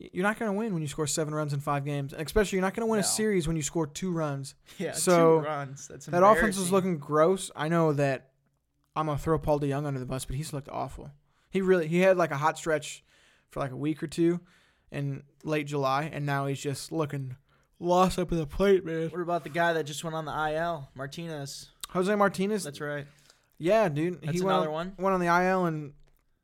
Speaker 2: y- you're not going to win when you score seven runs in five games, and especially you're not going to win a
Speaker 3: No.
Speaker 2: series when you score two runs.
Speaker 3: Yeah,
Speaker 2: So,
Speaker 3: two runs. That's
Speaker 2: That offense was
Speaker 3: embarrassing.
Speaker 2: looking gross. I know that I'm gonna throw Paul DeYoung under the bus, but he's looked awful. He really he had like a hot stretch for like a week or two in late July, and now he's just looking lost up in the plate, man.
Speaker 3: What about the guy that just went on the IL, Martinez?
Speaker 2: Jose Martinez.
Speaker 3: That's right.
Speaker 2: Yeah, dude.
Speaker 3: That's
Speaker 2: he went
Speaker 3: another
Speaker 2: on,
Speaker 3: one.
Speaker 2: Went on the IL and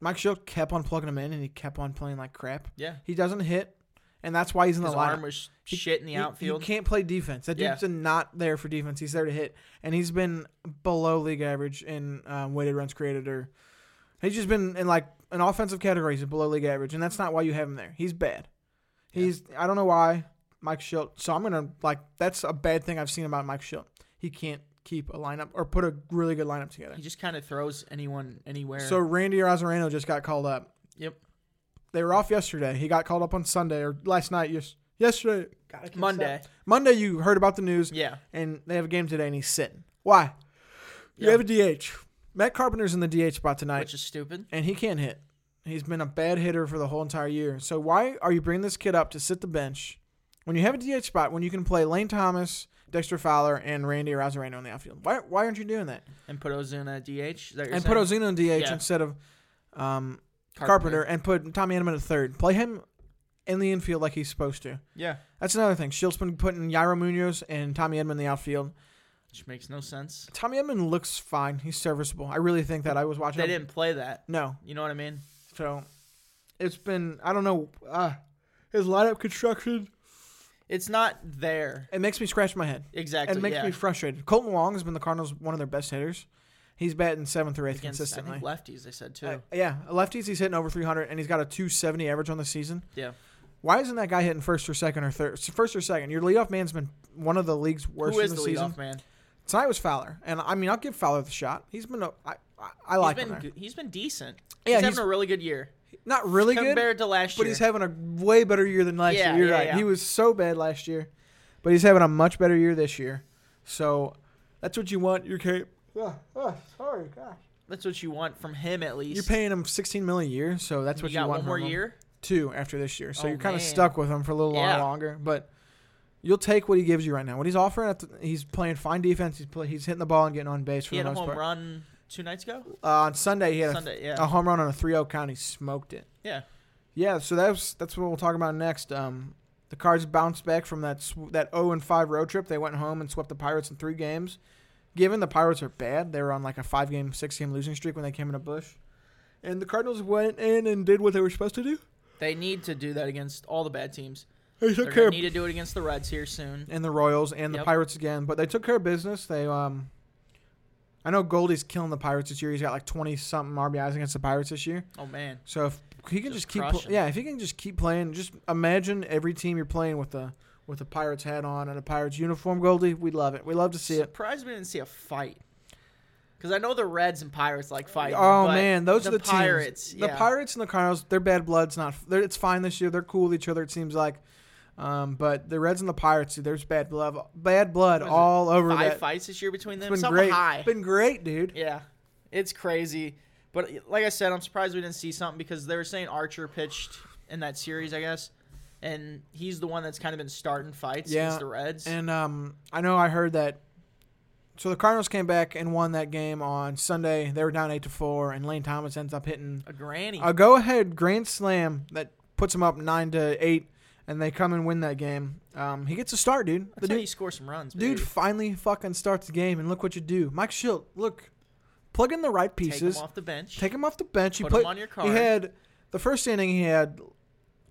Speaker 2: Mike Schilt kept on plugging him in, and he kept on playing like crap.
Speaker 3: Yeah.
Speaker 2: he doesn't hit, and that's why he's in
Speaker 3: His
Speaker 2: the lineup.
Speaker 3: arm was
Speaker 2: He-
Speaker 3: shit in the
Speaker 2: he-
Speaker 3: outfield.
Speaker 2: He can't play defense. That
Speaker 3: Yeah.
Speaker 2: dude's not there for defense. He's there to hit, and he's been below league average in um, weighted runs created, or he's just been in like an offensive category. He's below league average, and that's not why you have him there. He's bad. He's I don't know why Mike Schilt. So I'm gonna like that's a bad thing I've seen about Mike Schilt. He can't keep a lineup or put a really good lineup together.
Speaker 3: He just kind of throws anyone anywhere.
Speaker 2: So Randy Rosarano just got called up.
Speaker 3: yep.
Speaker 2: They were off yesterday. He got called up on Sunday or last night. Yes, yesterday. God, I can't
Speaker 3: Monday.
Speaker 2: stop. Monday, you heard about the news.
Speaker 3: Yeah.
Speaker 2: And they have a game today, and he's sitting. Why? You
Speaker 3: Yeah.
Speaker 2: have a DH. Matt Carpenter's in the DH spot tonight,
Speaker 3: Which is stupid.
Speaker 2: and he can't hit. He's been a bad hitter for the whole entire year. So why are you bringing this kid up to sit the bench when you have a DH spot when you can play Lane Thomas, Dexter Fowler, and Randy Rosarano in the outfield? Why, why aren't you doing that?
Speaker 3: And put Ozuna at DH. Is that what you're
Speaker 2: and
Speaker 3: saying?
Speaker 2: put Ozuna in DH
Speaker 3: Yeah.
Speaker 2: instead of um, Carpenter. and put Tommy Edman at third. Play him in the infield like he's supposed to.
Speaker 3: Yeah.
Speaker 2: That's another thing. Schilt's been putting Yairo Munoz and Tommy Edman in the outfield.
Speaker 3: Which makes no sense.
Speaker 2: Tommy Edman looks fine. He's serviceable. I really think that. I was watching.
Speaker 3: They
Speaker 2: him-
Speaker 3: didn't play that.
Speaker 2: No.
Speaker 3: You know what I mean?
Speaker 2: So it's been. I don't know. Uh, his lineup construction.
Speaker 3: It's not there.
Speaker 2: It makes me scratch my head.
Speaker 3: Exactly,
Speaker 2: It makes
Speaker 3: yeah.
Speaker 2: me frustrated. Colton Wong has been the Cardinals one of their best hitters. He's batting seventh or eighth
Speaker 3: Against,
Speaker 2: consistently.
Speaker 3: I think lefties, they said too.
Speaker 2: Uh, yeah, lefties. He's hitting over 300, and he's got a 270 average on the season.
Speaker 3: yeah.
Speaker 2: Why isn't that guy hitting first or second or third? First or second? Your leadoff man's been one of the league's worst
Speaker 3: Who is
Speaker 2: in
Speaker 3: the
Speaker 2: the, season.
Speaker 3: leadoff man?
Speaker 2: Tonight was Fowler, and I mean I'll give Fowler the shot. He's been a, I, I, I
Speaker 3: He's
Speaker 2: like him.
Speaker 3: been
Speaker 2: there.
Speaker 3: good- he's been decent.
Speaker 2: Yeah,
Speaker 3: he's,
Speaker 2: he's-
Speaker 3: having a really good year.
Speaker 2: Not really good
Speaker 3: compared to last
Speaker 2: but
Speaker 3: year.
Speaker 2: he's having a way better year than last
Speaker 3: Yeah,
Speaker 2: year. You're
Speaker 3: yeah,
Speaker 2: right.
Speaker 3: yeah.
Speaker 2: He was so bad last year, but he's having a much better year this year. So that's what you want. You're ca- Ugh, ugh, sorry, gosh.
Speaker 3: That's what you want from him at least.
Speaker 2: You're paying him 16 million a year, so that's
Speaker 3: You
Speaker 2: what you,
Speaker 3: got
Speaker 2: want.
Speaker 3: one more
Speaker 2: from him.
Speaker 3: year.
Speaker 2: two after this year. So
Speaker 3: Oh,
Speaker 2: you're kind of
Speaker 3: man.
Speaker 2: stuck with him for a little while
Speaker 3: Yeah.
Speaker 2: longer. But you'll take what he gives you right now. What he's offering, at the, he's playing fine defense. He's play, he's hitting the ball and getting on base for
Speaker 3: He had
Speaker 2: the
Speaker 3: a
Speaker 2: most
Speaker 3: home
Speaker 2: part.
Speaker 3: run two nights ago.
Speaker 2: Uh, on Sunday, he had
Speaker 3: Sunday,
Speaker 2: a,
Speaker 3: yeah.
Speaker 2: a home run on a 3-0 count. He smoked it.
Speaker 3: Yeah.
Speaker 2: Yeah, so that's that's what we'll talk about next. Um, the Cards bounced back from that sw- that 0 and 5 road trip. They went home and swept the Pirates in three games. Given the Pirates are bad, they were on like a five game, six game losing streak when they came into Bush. And the Cardinals went in and did what they were supposed to do.
Speaker 3: They need to do that against all the bad teams.
Speaker 2: They
Speaker 3: They're
Speaker 2: took care
Speaker 3: gonna
Speaker 2: of
Speaker 3: need to do it against the Reds here soon.
Speaker 2: and the Royals and the
Speaker 3: Yep.
Speaker 2: Pirates again, but they took care of business. They um I know Goldie's killing the Pirates this year. He's got like 20 something RBIs against the Pirates this year.
Speaker 3: Oh man,
Speaker 2: So if he can
Speaker 3: Just
Speaker 2: just, keep pl-
Speaker 3: crushing.
Speaker 2: yeah, if he can just keep playing, just imagine every team you're playing with the with a Pirates hat on and a Pirates uniform, Goldie. We'd love it. We love to see it.
Speaker 3: surprised we didn't see a fight. Because I know the Reds and Pirates like fighting.
Speaker 2: Oh
Speaker 3: but
Speaker 2: man, those are the teams.
Speaker 3: Pirates.
Speaker 2: The
Speaker 3: yeah.
Speaker 2: Pirates and the Cardinals, their bad blood's not. They're, it's fine this year. They're cool with each other. It seems like, um, but the Reds and the Pirates, dude, there's bad blood, bad blood
Speaker 3: What is it,
Speaker 2: all over
Speaker 3: Five
Speaker 2: that.
Speaker 3: fights this year between them.
Speaker 2: It's been
Speaker 3: Something
Speaker 2: great.
Speaker 3: high.
Speaker 2: Been great, dude.
Speaker 3: Yeah, it's crazy. But like I said, I'm surprised we didn't see something because they were saying Archer pitched in that series, I guess, and he's the one that's kind of been starting fights against the Reds.
Speaker 2: And um, I know I heard that. So the Cardinals came back and won that game on Sunday. They were down eight to four, and Lane Thomas ends up hitting
Speaker 3: a granny.
Speaker 2: a go-ahead grand slam that puts him up nine to eight, and they come and win that game. Um, he gets a start, dude.
Speaker 3: That's
Speaker 2: The
Speaker 3: how
Speaker 2: dude,
Speaker 3: you score some runs,
Speaker 2: dude
Speaker 3: baby.
Speaker 2: finally fucking starts the game, and look what you do, Mike Schilt. Look, plug in the right
Speaker 3: Take him
Speaker 2: pieces.
Speaker 3: off the bench.
Speaker 2: Take him off the bench. He
Speaker 3: Put
Speaker 2: played,
Speaker 3: him on your
Speaker 2: He
Speaker 3: card.
Speaker 2: had the first inning. He had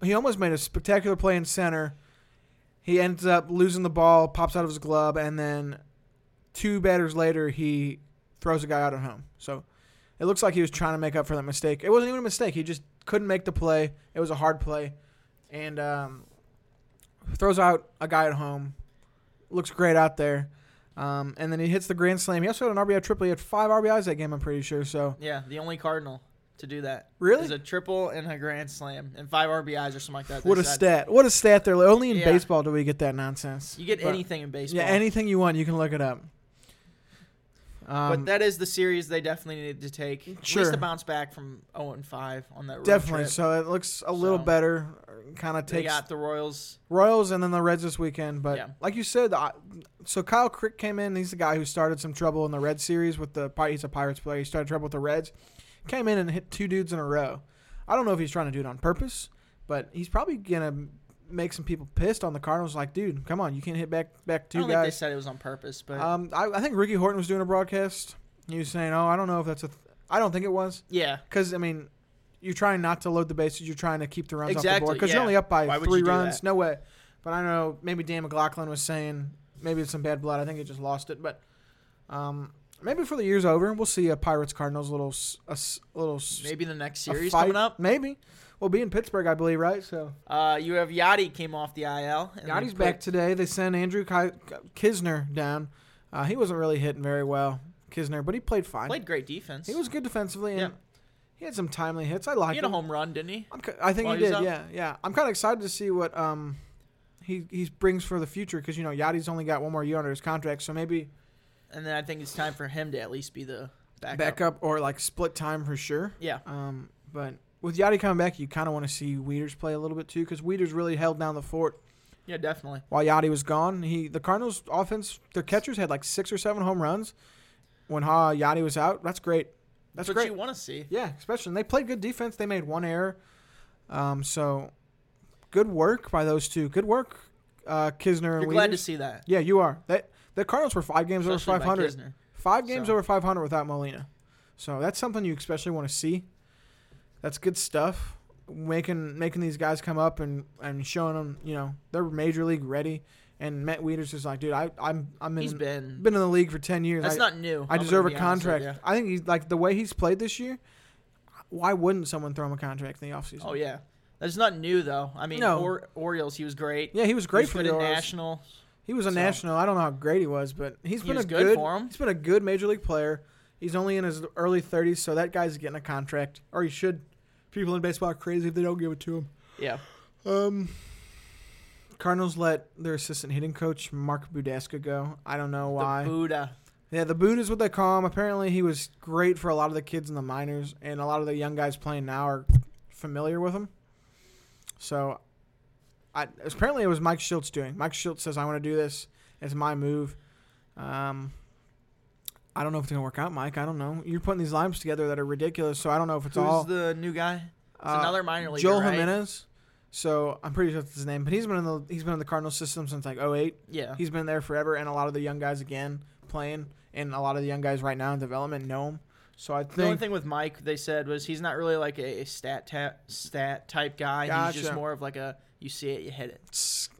Speaker 2: he almost made a spectacular play in center. He ends up losing the ball, pops out of his glove, and then two batters later, he throws a guy out at home. So it looks like he was trying to make up for that mistake. It wasn't even a mistake. He just couldn't make the play. It was a hard play, and um, throws out a guy at home. Looks great out there. Um, and then he hits the grand slam. He also had an RBI triple. He had five RBIs that game, I'm pretty sure. So
Speaker 3: Yeah, the only Cardinal to do that.
Speaker 2: Really?
Speaker 3: Is a triple and a grand slam and five RBIs or something like that. they
Speaker 2: What a
Speaker 3: said.
Speaker 2: stat! What a stat there. Only in
Speaker 3: Yeah.
Speaker 2: baseball do we get that nonsense.
Speaker 3: You get
Speaker 2: But-
Speaker 3: anything in baseball.
Speaker 2: Yeah, anything you want, you can look it up. Um,
Speaker 3: But that is the series they definitely needed to take. At
Speaker 2: Sure.
Speaker 3: least to bounce back from 0 and 5 on that road
Speaker 2: definitely.
Speaker 3: trip.
Speaker 2: So it looks a little
Speaker 3: So-
Speaker 2: better. Kind of
Speaker 3: they
Speaker 2: takes
Speaker 3: got the Royals.
Speaker 2: Royals and then the Reds this weekend. But
Speaker 3: Yeah.
Speaker 2: like you said, I, so Kyle Crick came in. He's the guy who started some trouble in the Red series with the. Pi- He's a Pirates player. He started trouble with the Reds. Came in and hit two dudes in a row. I don't know if he's trying to do it on purpose, but he's probably gonna make some people pissed on the Cardinals. Like, dude, come on, you can't hit back back
Speaker 3: I
Speaker 2: two
Speaker 3: don't think they
Speaker 2: guys.
Speaker 3: said it was on purpose, but
Speaker 2: Um, I, I think Ricky Horton was doing a broadcast. He was saying, "Oh, I don't know if that's a, th- I don't think it was,
Speaker 3: yeah,
Speaker 2: because I mean, you're trying not to load the bases, you're trying to keep the runs off the
Speaker 3: Exactly,
Speaker 2: board because
Speaker 3: yeah.
Speaker 2: you're only up by
Speaker 3: Why would
Speaker 2: three
Speaker 3: you do
Speaker 2: runs.
Speaker 3: that?
Speaker 2: No way. But I don't know. Maybe Dan McLaughlin was saying maybe it's some bad blood. I think he just lost it, but um, maybe before the year's over, we'll see a Pirates Cardinals little s- a s- little s-
Speaker 3: maybe the next
Speaker 2: a
Speaker 3: series
Speaker 2: fight.
Speaker 3: coming up.
Speaker 2: Maybe we'll be in Pittsburgh, I believe, right? So
Speaker 3: Uh, you have Yachty came off the IL. And they
Speaker 2: Gotti's
Speaker 3: put-
Speaker 2: back today. They sent Andrew Ki- Kisner down. Uh, he wasn't really hitting very well, Kisner, but he played fine.
Speaker 3: Played great defense.
Speaker 2: He was good defensively, and
Speaker 3: Yeah.
Speaker 2: he had some timely hits. I like
Speaker 3: He had a
Speaker 2: him.
Speaker 3: home run, didn't he?
Speaker 2: I'm, ki- I think
Speaker 3: while
Speaker 2: he
Speaker 3: he was
Speaker 2: did.
Speaker 3: up.
Speaker 2: Yeah, yeah. I'm kind of excited to see what um he he brings for the future because you know Yachty's only got one more year under his contract, so maybe
Speaker 3: And then I think it's time for him to at least be the backup.
Speaker 2: backup or like split time for sure.
Speaker 3: Yeah.
Speaker 2: Um, but with Yachty coming back, you kind of want to see Weeders play a little bit too because Weeders really held down the fort
Speaker 3: Yeah, definitely.
Speaker 2: while Yachty was gone. He the Cardinals' offense, their catchers had like six or seven home runs when ha Yachty was out. That's great. That's
Speaker 3: That's what
Speaker 2: great.
Speaker 3: you want to see.
Speaker 2: Yeah, especially and they played good defense. They made one error, um, so good work by those two. Good work, uh, Kisner and
Speaker 3: You're glad to
Speaker 2: Wieters.
Speaker 3: see that.
Speaker 2: Yeah, you are. That the Cardinals were five games
Speaker 3: Especially
Speaker 2: over
Speaker 3: by
Speaker 2: five hundred.
Speaker 3: Kisner.
Speaker 2: Five games
Speaker 3: So-
Speaker 2: over five hundred without Molina, so that's something you especially want to see. That's good stuff. Making making these guys come up and, and showing them you know they're major league ready. And Matt Wieters is like, dude, I, I'm I'm in
Speaker 3: He's been-
Speaker 2: in the league for ten years.
Speaker 3: That's
Speaker 2: I-
Speaker 3: not new.
Speaker 2: I
Speaker 3: I'm gonna
Speaker 2: deserve a
Speaker 3: be honest with
Speaker 2: contract.
Speaker 3: ya.
Speaker 2: I think he's like the way he's played this year. Why wouldn't someone throw him a contract in the offseason?
Speaker 3: Oh yeah, that's not new though. I mean,
Speaker 2: No.
Speaker 3: or- Orioles, he was great.
Speaker 2: Yeah, he was great for
Speaker 3: good
Speaker 2: the
Speaker 3: at
Speaker 2: Orioles.
Speaker 3: National.
Speaker 2: he was a
Speaker 3: so-
Speaker 2: national. I don't know how great he was, but he's
Speaker 3: He
Speaker 2: been
Speaker 3: was
Speaker 2: a
Speaker 3: good
Speaker 2: good.
Speaker 3: for 'em.
Speaker 2: He's been a good major league player. He's only in his early 30s, so that guy's getting a contract, or he should. People in baseball are crazy if they don't give it to him.
Speaker 3: Yeah,
Speaker 2: Um, Cardinals let their assistant hitting coach Mark Budaska go. I don't know why.
Speaker 3: the Buddha.
Speaker 2: Yeah, the boot is what they call him. Apparently, he was great for a lot of the kids in the minors, and a lot of the young guys playing now are familiar with him. So, I apparently it was Mike Schiltz doing. Mike Schiltz says, "I want to do this. It's my move." Um, I don't know if it's gonna work out, Mike. I don't know. You're putting these lines together that are ridiculous, so I don't know if it's
Speaker 3: Who's
Speaker 2: all
Speaker 3: the new guy? It's
Speaker 2: uh,
Speaker 3: another minor leaguer.
Speaker 2: Joel
Speaker 3: right?
Speaker 2: Jimenez. So I'm pretty sure that's his name, but he's been in the he's been in the Cardinals system since like 08.
Speaker 3: Yeah.
Speaker 2: He's been there forever, and a lot of the young guys again playing, and a lot of the young guys right now in development know him. So I
Speaker 3: The only
Speaker 2: think
Speaker 3: thing with Mike they said was he's not really like a stat ta- stat type guy. He's just
Speaker 2: Gotcha.
Speaker 3: more of like a you see it, you hit it.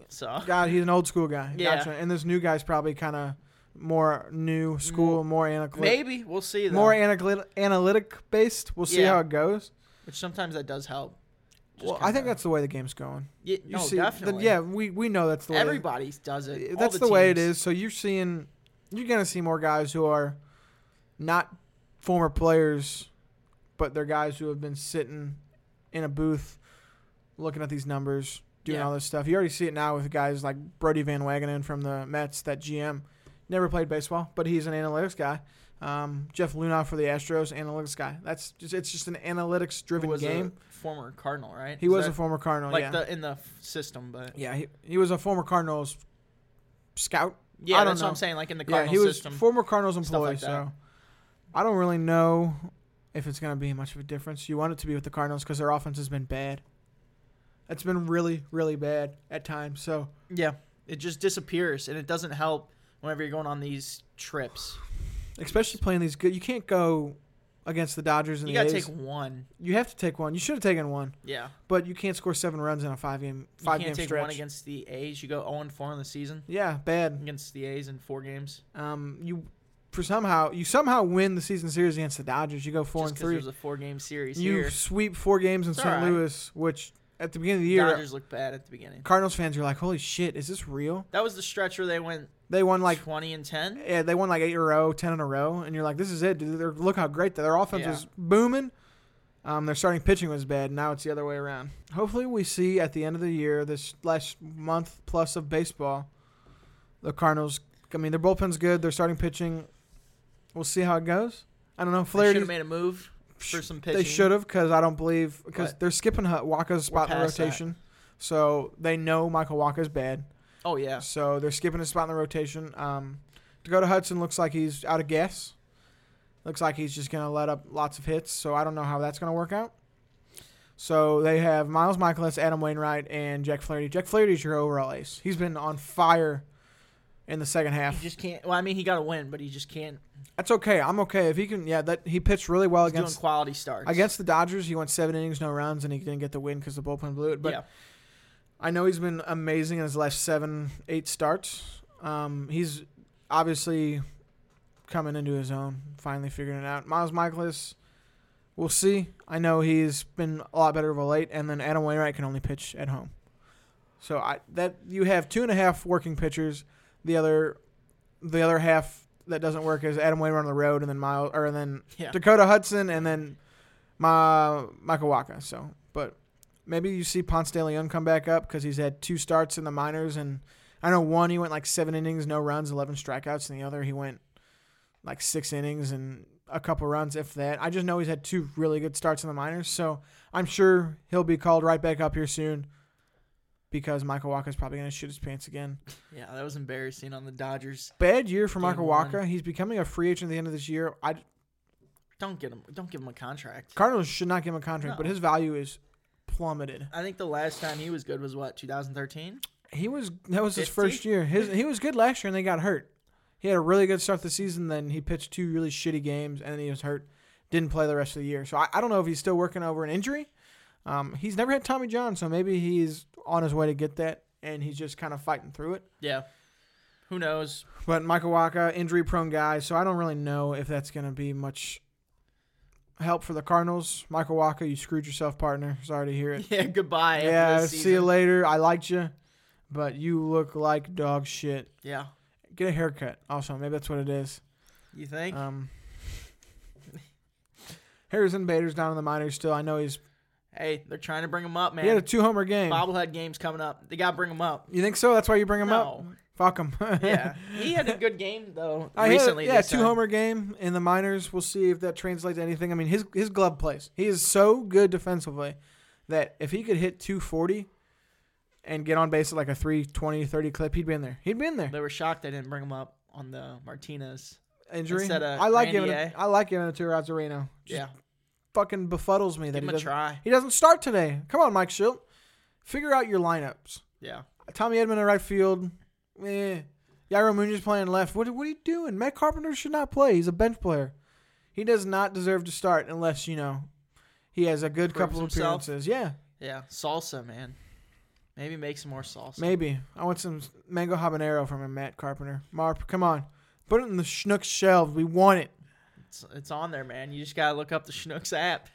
Speaker 3: So
Speaker 2: God, he's an old school guy.
Speaker 3: Yeah.
Speaker 2: Gotcha. And this new guy's probably kind of more new school, more analytical,
Speaker 3: maybe we'll see. Though,
Speaker 2: more analytic analytic based. We'll see
Speaker 3: Yeah.
Speaker 2: how it goes.
Speaker 3: which sometimes that does help. Just
Speaker 2: Well, I think
Speaker 3: kinda-
Speaker 2: that's the way the game's going.
Speaker 3: Yeah, no,
Speaker 2: the-
Speaker 3: definitely.
Speaker 2: yeah, we we know that's the way.
Speaker 3: everybody does it. All
Speaker 2: that's the, way it
Speaker 3: teams.
Speaker 2: is. So you're seeing, you're gonna see more guys who are not former players, but they're guys who have been sitting in a booth, looking at these numbers, doing
Speaker 3: Yeah.
Speaker 2: all this stuff. You already see it now with guys like Brody Van Wagenen from the Mets, that GM, never played baseball, but he's an analytics guy. Um, Jeff Luna for the Astros, analytics guy. That's just it's just an analytics
Speaker 3: Who
Speaker 2: driven
Speaker 3: was a
Speaker 2: game.
Speaker 3: former Cardinal, right?
Speaker 2: He
Speaker 3: Is
Speaker 2: was
Speaker 3: that-
Speaker 2: a former Cardinal,
Speaker 3: like
Speaker 2: yeah.
Speaker 3: the in the f- system, but
Speaker 2: yeah, he, he was a former Cardinals scout.
Speaker 3: yeah,
Speaker 2: I don't
Speaker 3: that's
Speaker 2: know.
Speaker 3: what I'm saying. Like in the
Speaker 2: Yeah,
Speaker 3: Cardinal
Speaker 2: he was
Speaker 3: system,
Speaker 2: former Cardinals
Speaker 3: stuff
Speaker 2: employee,
Speaker 3: like that.
Speaker 2: so I don't really know if it's going to be much of a difference. You want it to be with the Cardinals because their offense has been bad. It's been really, really bad at times. So
Speaker 3: yeah, it just disappears, and it doesn't help whenever you're going on these trips.
Speaker 2: especially playing these good, you can't go against the Dodgers and
Speaker 3: You
Speaker 2: the
Speaker 3: gotta
Speaker 2: A's.
Speaker 3: take one.
Speaker 2: you have to take one. You should have taken one,
Speaker 3: Yeah,
Speaker 2: but you can't score seven runs in a five game five
Speaker 3: you
Speaker 2: game
Speaker 3: can't take
Speaker 2: stretch.
Speaker 3: one against the A's. You go 0 and 4 in the season
Speaker 2: yeah, bad.
Speaker 3: against the A's in four games.
Speaker 2: Um, you for somehow you somehow win the season series against the Dodgers. You go four
Speaker 3: Just
Speaker 2: and
Speaker 3: because
Speaker 2: three.
Speaker 3: there's a four game series
Speaker 2: You
Speaker 3: here.
Speaker 2: sweep four games in
Speaker 3: It's
Speaker 2: St.
Speaker 3: alright.
Speaker 2: Louis, which at the beginning of the year,
Speaker 3: Dodgers look bad at the beginning.
Speaker 2: Cardinals fans were like, "Holy shit, is this real?"
Speaker 3: That was the stretch where they went
Speaker 2: They won like
Speaker 3: like 20 and 10.
Speaker 2: yeah, they won like eight in a row, ten in a row, and you're like, "This is it, dude. They're, look how great that their offense
Speaker 3: Yeah.
Speaker 2: was booming." Um, their starting pitching was bad. Now it's the other way around. Hopefully, we see at the end of the year, this last month plus of baseball, the Cardinals. I mean, their bullpen's good. Their starting pitching. We'll see how it goes. I don't know.
Speaker 3: They should
Speaker 2: Flaherty.
Speaker 3: have made a move for some pitching.
Speaker 2: They should have because I don't believe because
Speaker 3: But
Speaker 2: they're skipping Hu- Waka's spot in the
Speaker 3: past that.
Speaker 2: rotation, so they know Michael Waka's bad,
Speaker 3: Oh, yeah.
Speaker 2: so they're skipping his spot in the rotation. Um, Dakota Hudson looks like he's out of gas. Looks like he's just gonna let up lots of hits, so I don't know how that's gonna work out. So they have Miles Michaelis, Adam Wainwright, and Jack Flaherty. Jack Flaherty's your overall ace. He's been on fire in the second half.
Speaker 3: He just can't. Well, I mean, he got a win, but he just can't.
Speaker 2: That's okay. I'm okay if he can. Yeah, that he pitched really well
Speaker 3: He's doing
Speaker 2: against
Speaker 3: quality starts.
Speaker 2: against the Dodgers. He went seven innings, no runs, and he didn't get the win because the bullpen blew it. But
Speaker 3: yeah.
Speaker 2: I know he's been amazing in his last seven, eight starts. Um, he's obviously coming into his own, finally figuring it out. Miles Michaelis, we'll see. I know he's been a lot better of late, and then Adam Wainwright can only pitch at home. So I that you have two and a half working pitchers. The other, the other half that doesn't work is Adam Wainwright on the road, and then Miles, or then
Speaker 3: Yeah.
Speaker 2: Dakota Hudson, and then my Michael Waka. So, but maybe you see Ponce de Leon come back up because he's had two starts in the minors, and I know one he went like seven innings, no runs, eleven strikeouts, and the other he went like six innings and a couple runs, if that. I just know he's had two really good starts in the minors, so I'm sure he'll be called right back up here soon because Michael Walker's probably going to shoot his pants again.
Speaker 3: Yeah, that was embarrassing on the Dodgers.
Speaker 2: Bad year for Michael
Speaker 3: Game one.
Speaker 2: Walker. He's becoming a free agent at the end of this year. I
Speaker 3: Don't get him. Don't give him a contract.
Speaker 2: Cardinals should not give him a contract,
Speaker 3: No.
Speaker 2: but his value is plummeted.
Speaker 3: I think the last time he was good was what 2013.
Speaker 2: He was that was his
Speaker 3: 50?
Speaker 2: first year.
Speaker 3: Hmm.
Speaker 2: His he was good last year and they got hurt. He had a really good start to the season, then he pitched two really shitty games and then he was hurt. Didn't play the rest of the year. So I, I don't know if he's still working over an injury. Um, he's never had Tommy John, so maybe he's on his way to get that and he's just kind of fighting through it.
Speaker 3: Yeah. Who knows?
Speaker 2: But Michael Waka, injury prone guy, so I don't really know if that's gonna be much help for the Cardinals. Michael Waka, you screwed yourself, partner. Sorry to hear it.
Speaker 3: Yeah. Goodbye. after
Speaker 2: Yeah,
Speaker 3: this
Speaker 2: see you
Speaker 3: season.
Speaker 2: later. I liked you, but you look like dog shit.
Speaker 3: Yeah.
Speaker 2: Get a haircut. Also, maybe that's what it is.
Speaker 3: You think?
Speaker 2: Um, Harrison Bader's down in the minors still. I know he's
Speaker 3: hey, they're trying to bring him up, man.
Speaker 2: he had a two homer game.
Speaker 3: bobblehead games coming up. They got to bring him up.
Speaker 2: you think so? That's why you bring him up?
Speaker 3: No.
Speaker 2: Fuck him.
Speaker 3: Yeah. he had a good game though
Speaker 2: I had-
Speaker 3: recently.
Speaker 2: yeah,
Speaker 3: this
Speaker 2: two
Speaker 3: time.
Speaker 2: homer game in the minors. We'll see if that translates to anything. I mean, his his glove plays. He is so good defensively that if he could hit 240 and get on base at like a 320, 30 clip, he'd be in there. He'd be in there.
Speaker 3: They were shocked they didn't bring him up on the Martinez.
Speaker 2: injury.
Speaker 3: Instead of
Speaker 2: I like
Speaker 3: Randy
Speaker 2: giving
Speaker 3: A.
Speaker 2: it. I like giving it to Rosarino. Just
Speaker 3: Yeah.
Speaker 2: fucking befuddles me that
Speaker 3: Give
Speaker 2: he
Speaker 3: him a
Speaker 2: doesn't.
Speaker 3: try.
Speaker 2: He doesn't start today. Come on, Mike Schilt. Figure out your lineups.
Speaker 3: Yeah.
Speaker 2: Tommy Edmond in right field. Eh. Yairo Munoz playing left. What what are you doing? Matt Carpenter should not play. He's a bench player. He does not deserve to start unless you know he has a good
Speaker 3: Proves
Speaker 2: couple of
Speaker 3: himself.
Speaker 2: appearances. Yeah,
Speaker 3: Yeah. Salsa, man. Maybe make some more salsa.
Speaker 2: maybe. I want some mango habanero from him, Matt Carpenter. Marp, come on, put it in the Schnook shelves. We want it.
Speaker 3: It's, it's on there, man. You just gotta look up the Schnooks app.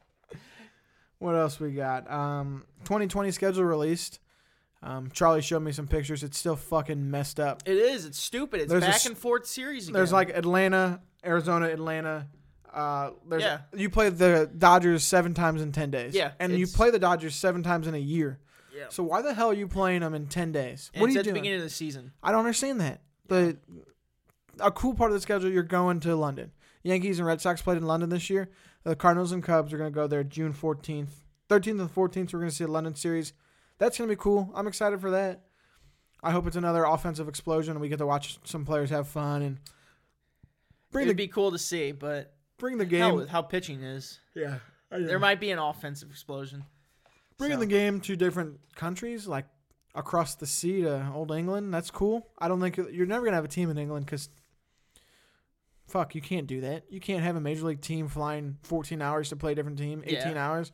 Speaker 2: What else we got? Um, 2020 schedule released. Um, Charlie showed me some pictures. It's still fucking messed up.
Speaker 3: It is. It's stupid. It's
Speaker 2: There's a
Speaker 3: back
Speaker 2: s-
Speaker 3: and forth series again.
Speaker 2: There's like Atlanta, Arizona, Atlanta. Uh, there's
Speaker 3: Yeah.
Speaker 2: you play the Dodgers seven times in ten days.
Speaker 3: Yeah,
Speaker 2: and you
Speaker 3: it's-
Speaker 2: play the Dodgers seven times in a year. Yeah. So why the hell are you playing them in ten days?
Speaker 3: And
Speaker 2: what are
Speaker 3: it's
Speaker 2: you
Speaker 3: at the
Speaker 2: doing?
Speaker 3: beginning of the season.
Speaker 2: I don't understand that. The a cool part of the schedule, you're going to London. Yankees and Red Sox played in London this year. The Cardinals and Cubs are going to go there June 14th, 13th and 14th. We're going to see a London series. That's going to be cool. I'm excited for that. I hope it's another offensive explosion. and We get to watch some players have fun and bring the
Speaker 3: It'd be cool to see, but
Speaker 2: bring the
Speaker 3: hell,
Speaker 2: game.
Speaker 3: with how pitching is,
Speaker 2: yeah,
Speaker 3: there might be an offensive explosion.
Speaker 2: bringing the game to different countries, like across the sea to old England. That's cool. I don't think you're never gonna have a team in England because fuck, you can't do that. You can't have a major league team flying 14 hours to play a different team, 18
Speaker 3: Yeah.
Speaker 2: hours.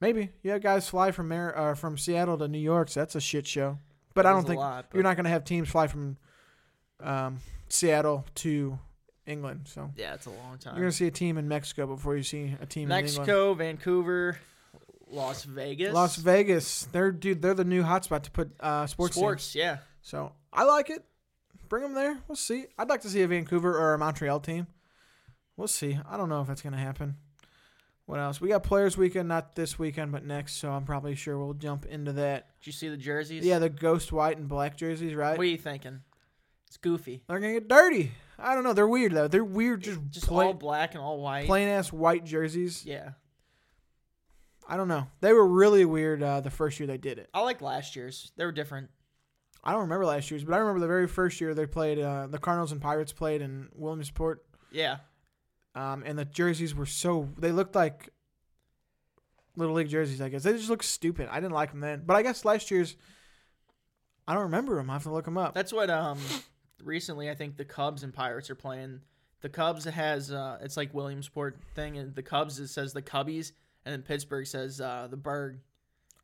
Speaker 2: Maybe you have guys fly from Mar- uh, from Seattle to New York, so that's a shit show. But I
Speaker 3: That is
Speaker 2: don't
Speaker 3: a
Speaker 2: think
Speaker 3: lot, but-
Speaker 2: you're not gonna have teams fly from um, Seattle to England. So
Speaker 3: Yeah, it's a long time.
Speaker 2: you're gonna see a team in Mexico before you see a team in England.
Speaker 3: Mexico, Vancouver, Las Vegas.
Speaker 2: Las Vegas, they're dude, they're the new hotspot to put uh, sports.
Speaker 3: Sports,
Speaker 2: teams.
Speaker 3: yeah.
Speaker 2: So I like it. Bring them there. We'll see. I'd like to see a Vancouver or a Montreal team. We'll see. I don't know if that's gonna happen. What else? We got Players Weekend, not this weekend, but next. So I'm probably sure we'll jump into that.
Speaker 3: Did you see the jerseys?
Speaker 2: Yeah, the ghost white and black jerseys, right?
Speaker 3: What are you thinking? It's goofy.
Speaker 2: They're gonna get dirty. I don't know. They're weird though. They're weird. Just,
Speaker 3: Just
Speaker 2: plain,
Speaker 3: all black and all white.
Speaker 2: plain ass white jerseys.
Speaker 3: Yeah.
Speaker 2: I don't know. They were really weird uh, the first year they did it.
Speaker 3: I like last year's. They were different.
Speaker 2: I don't remember last year's, but I remember the very first year they played. Uh, the Cardinals and Pirates played in Williamsport,
Speaker 3: Yeah.
Speaker 2: um, and the jerseys were so they looked like little league jerseys. I guess they just look stupid. I didn't like them then, but I guess last year's. I don't remember them. I have to look them up.
Speaker 3: That's what um recently I think the Cubs and Pirates are playing. The Cubs has uh it's like Williamsport thing and the Cubs it says the Cubbies and then Pittsburgh says uh the Berg.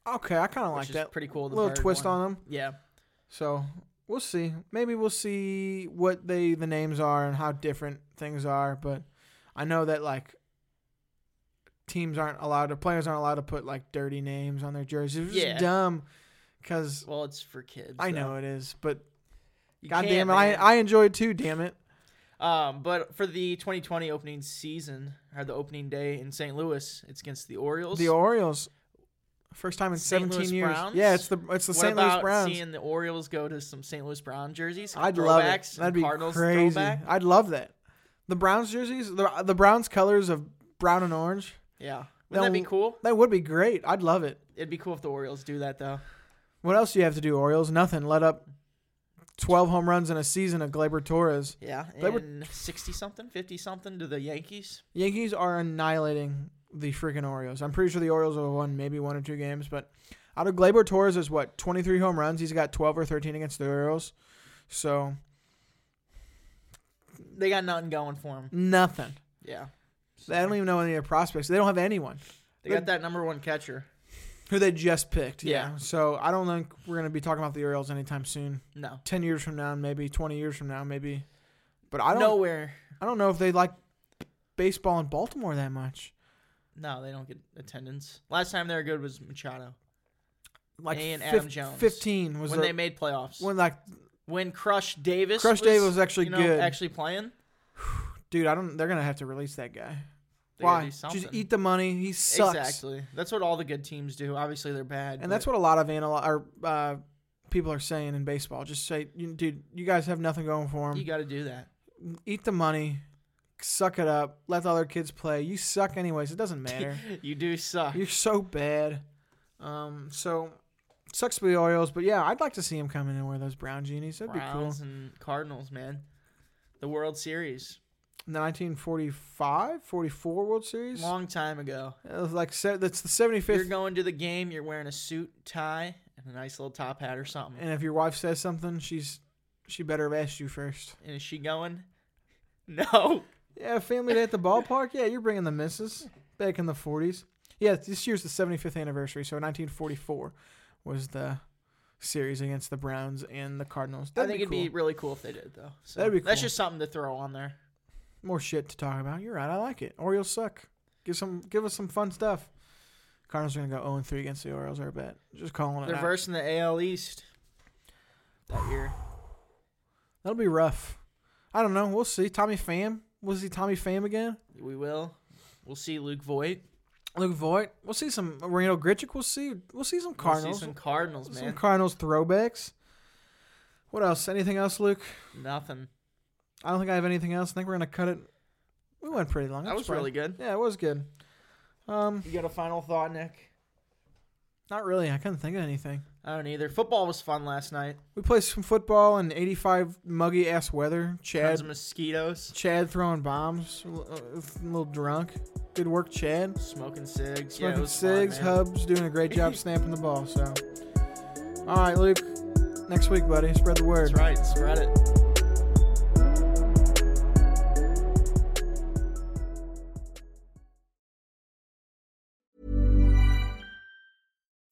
Speaker 2: okay, I kind of
Speaker 3: Which
Speaker 2: like
Speaker 3: is
Speaker 2: that.
Speaker 3: pretty cool. The
Speaker 2: little
Speaker 3: Berg
Speaker 2: twist
Speaker 3: one.
Speaker 2: on them.
Speaker 3: Yeah.
Speaker 2: So we'll see. Maybe we'll see what they the names are and how different things are. But I know that like teams aren't allowed to players aren't allowed to put like dirty names on their jerseys. It's
Speaker 3: Yeah.
Speaker 2: just dumb because
Speaker 3: Well, it's for kids.
Speaker 2: I
Speaker 3: though.
Speaker 2: know it is. But
Speaker 3: You
Speaker 2: god
Speaker 3: can't,
Speaker 2: damn it, I
Speaker 3: man.
Speaker 2: I enjoyed too. Damn it.
Speaker 3: Um, but for the 2020 opening season or the opening day in St. Louis, it's against the Orioles.
Speaker 2: The Orioles. First time in
Speaker 3: St.
Speaker 2: 17
Speaker 3: Louis
Speaker 2: years.
Speaker 3: Browns?
Speaker 2: Yeah, it's the it's the
Speaker 3: what
Speaker 2: St.
Speaker 3: about
Speaker 2: Louis Browns.
Speaker 3: seeing the Orioles go to some St. Louis Brown jerseys?
Speaker 2: I'd
Speaker 3: throwbacks,
Speaker 2: love it.
Speaker 3: and
Speaker 2: That'd be
Speaker 3: Cardinals
Speaker 2: crazy.
Speaker 3: Throwback?
Speaker 2: I'd love that. The Browns jerseys, the the Browns colors of brown and orange.
Speaker 3: yeah. Wouldn't that be
Speaker 2: They'll-
Speaker 3: cool?
Speaker 2: That would be great. I'd love it.
Speaker 3: It'd be cool if the Orioles do that though.
Speaker 2: What else do you have to do, Orioles? Nothing. Let up 12 home runs in a season of Gleyber Torres.
Speaker 3: Yeah,
Speaker 2: They were-
Speaker 3: and sixty something, fifty something to the Yankees.
Speaker 2: Yankees are annihilating the freaking Orioles. I'm pretty sure the Orioles have won maybe one or two games, but out of Gleyber Torres is what 23 home runs. He's got 12 or 13 against the Orioles, so
Speaker 3: They got nothing going for them.
Speaker 2: nothing.
Speaker 3: Yeah,
Speaker 2: I don't even know any of their prospects. They don't have anyone
Speaker 3: they got that number one catcher.
Speaker 2: who they just picked.
Speaker 3: Yeah.
Speaker 2: yeah. So I don't think we're gonna be talking about the Orioles anytime soon.
Speaker 3: No,
Speaker 2: 10 years from now, maybe 20 years from now, maybe. But I don't
Speaker 3: nowhere.
Speaker 2: I don't know if they like baseball in Baltimore that much.
Speaker 3: No, they don't get attendance. Last time they were good was Machado
Speaker 2: Like
Speaker 3: and
Speaker 2: fif-
Speaker 3: Adam Jones.
Speaker 2: 15 was
Speaker 3: when
Speaker 2: the-
Speaker 3: they made playoffs.
Speaker 2: when like
Speaker 3: When Crush Davis,
Speaker 2: Crush
Speaker 3: was,
Speaker 2: Davis was actually
Speaker 3: you know,
Speaker 2: good.
Speaker 3: actually playing.
Speaker 2: dude, I don't they're going to have to release that guy.
Speaker 3: They gotta
Speaker 2: Why?
Speaker 3: do
Speaker 2: Just
Speaker 3: something.
Speaker 2: eat the money. He sucks.
Speaker 3: Exactly. That's what all the good teams do. Obviously, they're bad.
Speaker 2: And that's what a lot of anal- or, uh, people are saying in baseball. Just say, "You- dude, you guys have nothing going for
Speaker 3: you
Speaker 2: them.
Speaker 3: got to do. That
Speaker 2: eat the money. Suck it up. Let the other kids play. You suck anyways. It doesn't matter.
Speaker 3: you do suck.
Speaker 2: You're so bad. Um, so sucks for the Orioles, but yeah, I'd like to see him come in and wear those brown genies. That'd be cool.
Speaker 3: Browns and Cardinals, man. The World Series,
Speaker 2: 1945, 44 World Series.
Speaker 3: long time ago.
Speaker 2: It was like se- that's the
Speaker 3: You're
Speaker 2: 75th.
Speaker 3: going to the game. You're wearing a suit, tie, and a nice little top hat or something.
Speaker 2: and if your wife says something, she's she better have asked you first.
Speaker 3: And is she going? No.
Speaker 2: Yeah, family day at the ballpark. Yeah, you're bringing the missus back in the 40s. Yeah, this year's the 75th anniversary, so 1944 was the series against the Browns and the Cardinals. That'd
Speaker 3: I think
Speaker 2: be
Speaker 3: it'd
Speaker 2: cool.
Speaker 3: be really cool if they did though. So
Speaker 2: That'd be cool.
Speaker 3: That's just something to throw on there.
Speaker 2: more shit to talk about. You're right. I like it. Orioles suck. Give some, give us some fun stuff. Cardinals are gonna go 0 3 against the Orioles. I bet. Just calling it.
Speaker 3: They're
Speaker 2: out.
Speaker 3: versing the AL East that year.
Speaker 2: That'll be rough. I don't know. We'll see. Tommy Pham. We'll see Tommy Pham again.
Speaker 3: We will. We'll see Luke Voigt.
Speaker 2: Luke Voigt. We'll see some Randall Gritchick. We'll see. We'll see some
Speaker 3: We'll see
Speaker 2: Cardinals.
Speaker 3: some Cardinals,
Speaker 2: some
Speaker 3: man.
Speaker 2: Cardinals throwbacks. What else? Anything else, Luke?
Speaker 3: Nothing.
Speaker 2: I don't think I have anything else. I think we're gonna cut it. We went pretty long.
Speaker 3: That
Speaker 2: I'm
Speaker 3: was
Speaker 2: surprised.
Speaker 3: really good.
Speaker 2: Yeah, it was good. Um,
Speaker 3: You got a final thought, Nick?
Speaker 2: not really. I couldn't think of anything.
Speaker 3: I don't either. Football was fun last night.
Speaker 2: We played some football in 85 muggy ass weather. Chad
Speaker 3: Tons of mosquitoes,
Speaker 2: Chad throwing bombs, a little- a little drunk. Good work, Chad.
Speaker 3: smoking cigs, yeah, it
Speaker 2: Smoking
Speaker 3: was fun,
Speaker 2: cigs,
Speaker 3: man.
Speaker 2: hubs, doing a great job snapping the ball. So, all right, Luke. Next week, buddy. Spread the word.
Speaker 3: That's right. Spread it.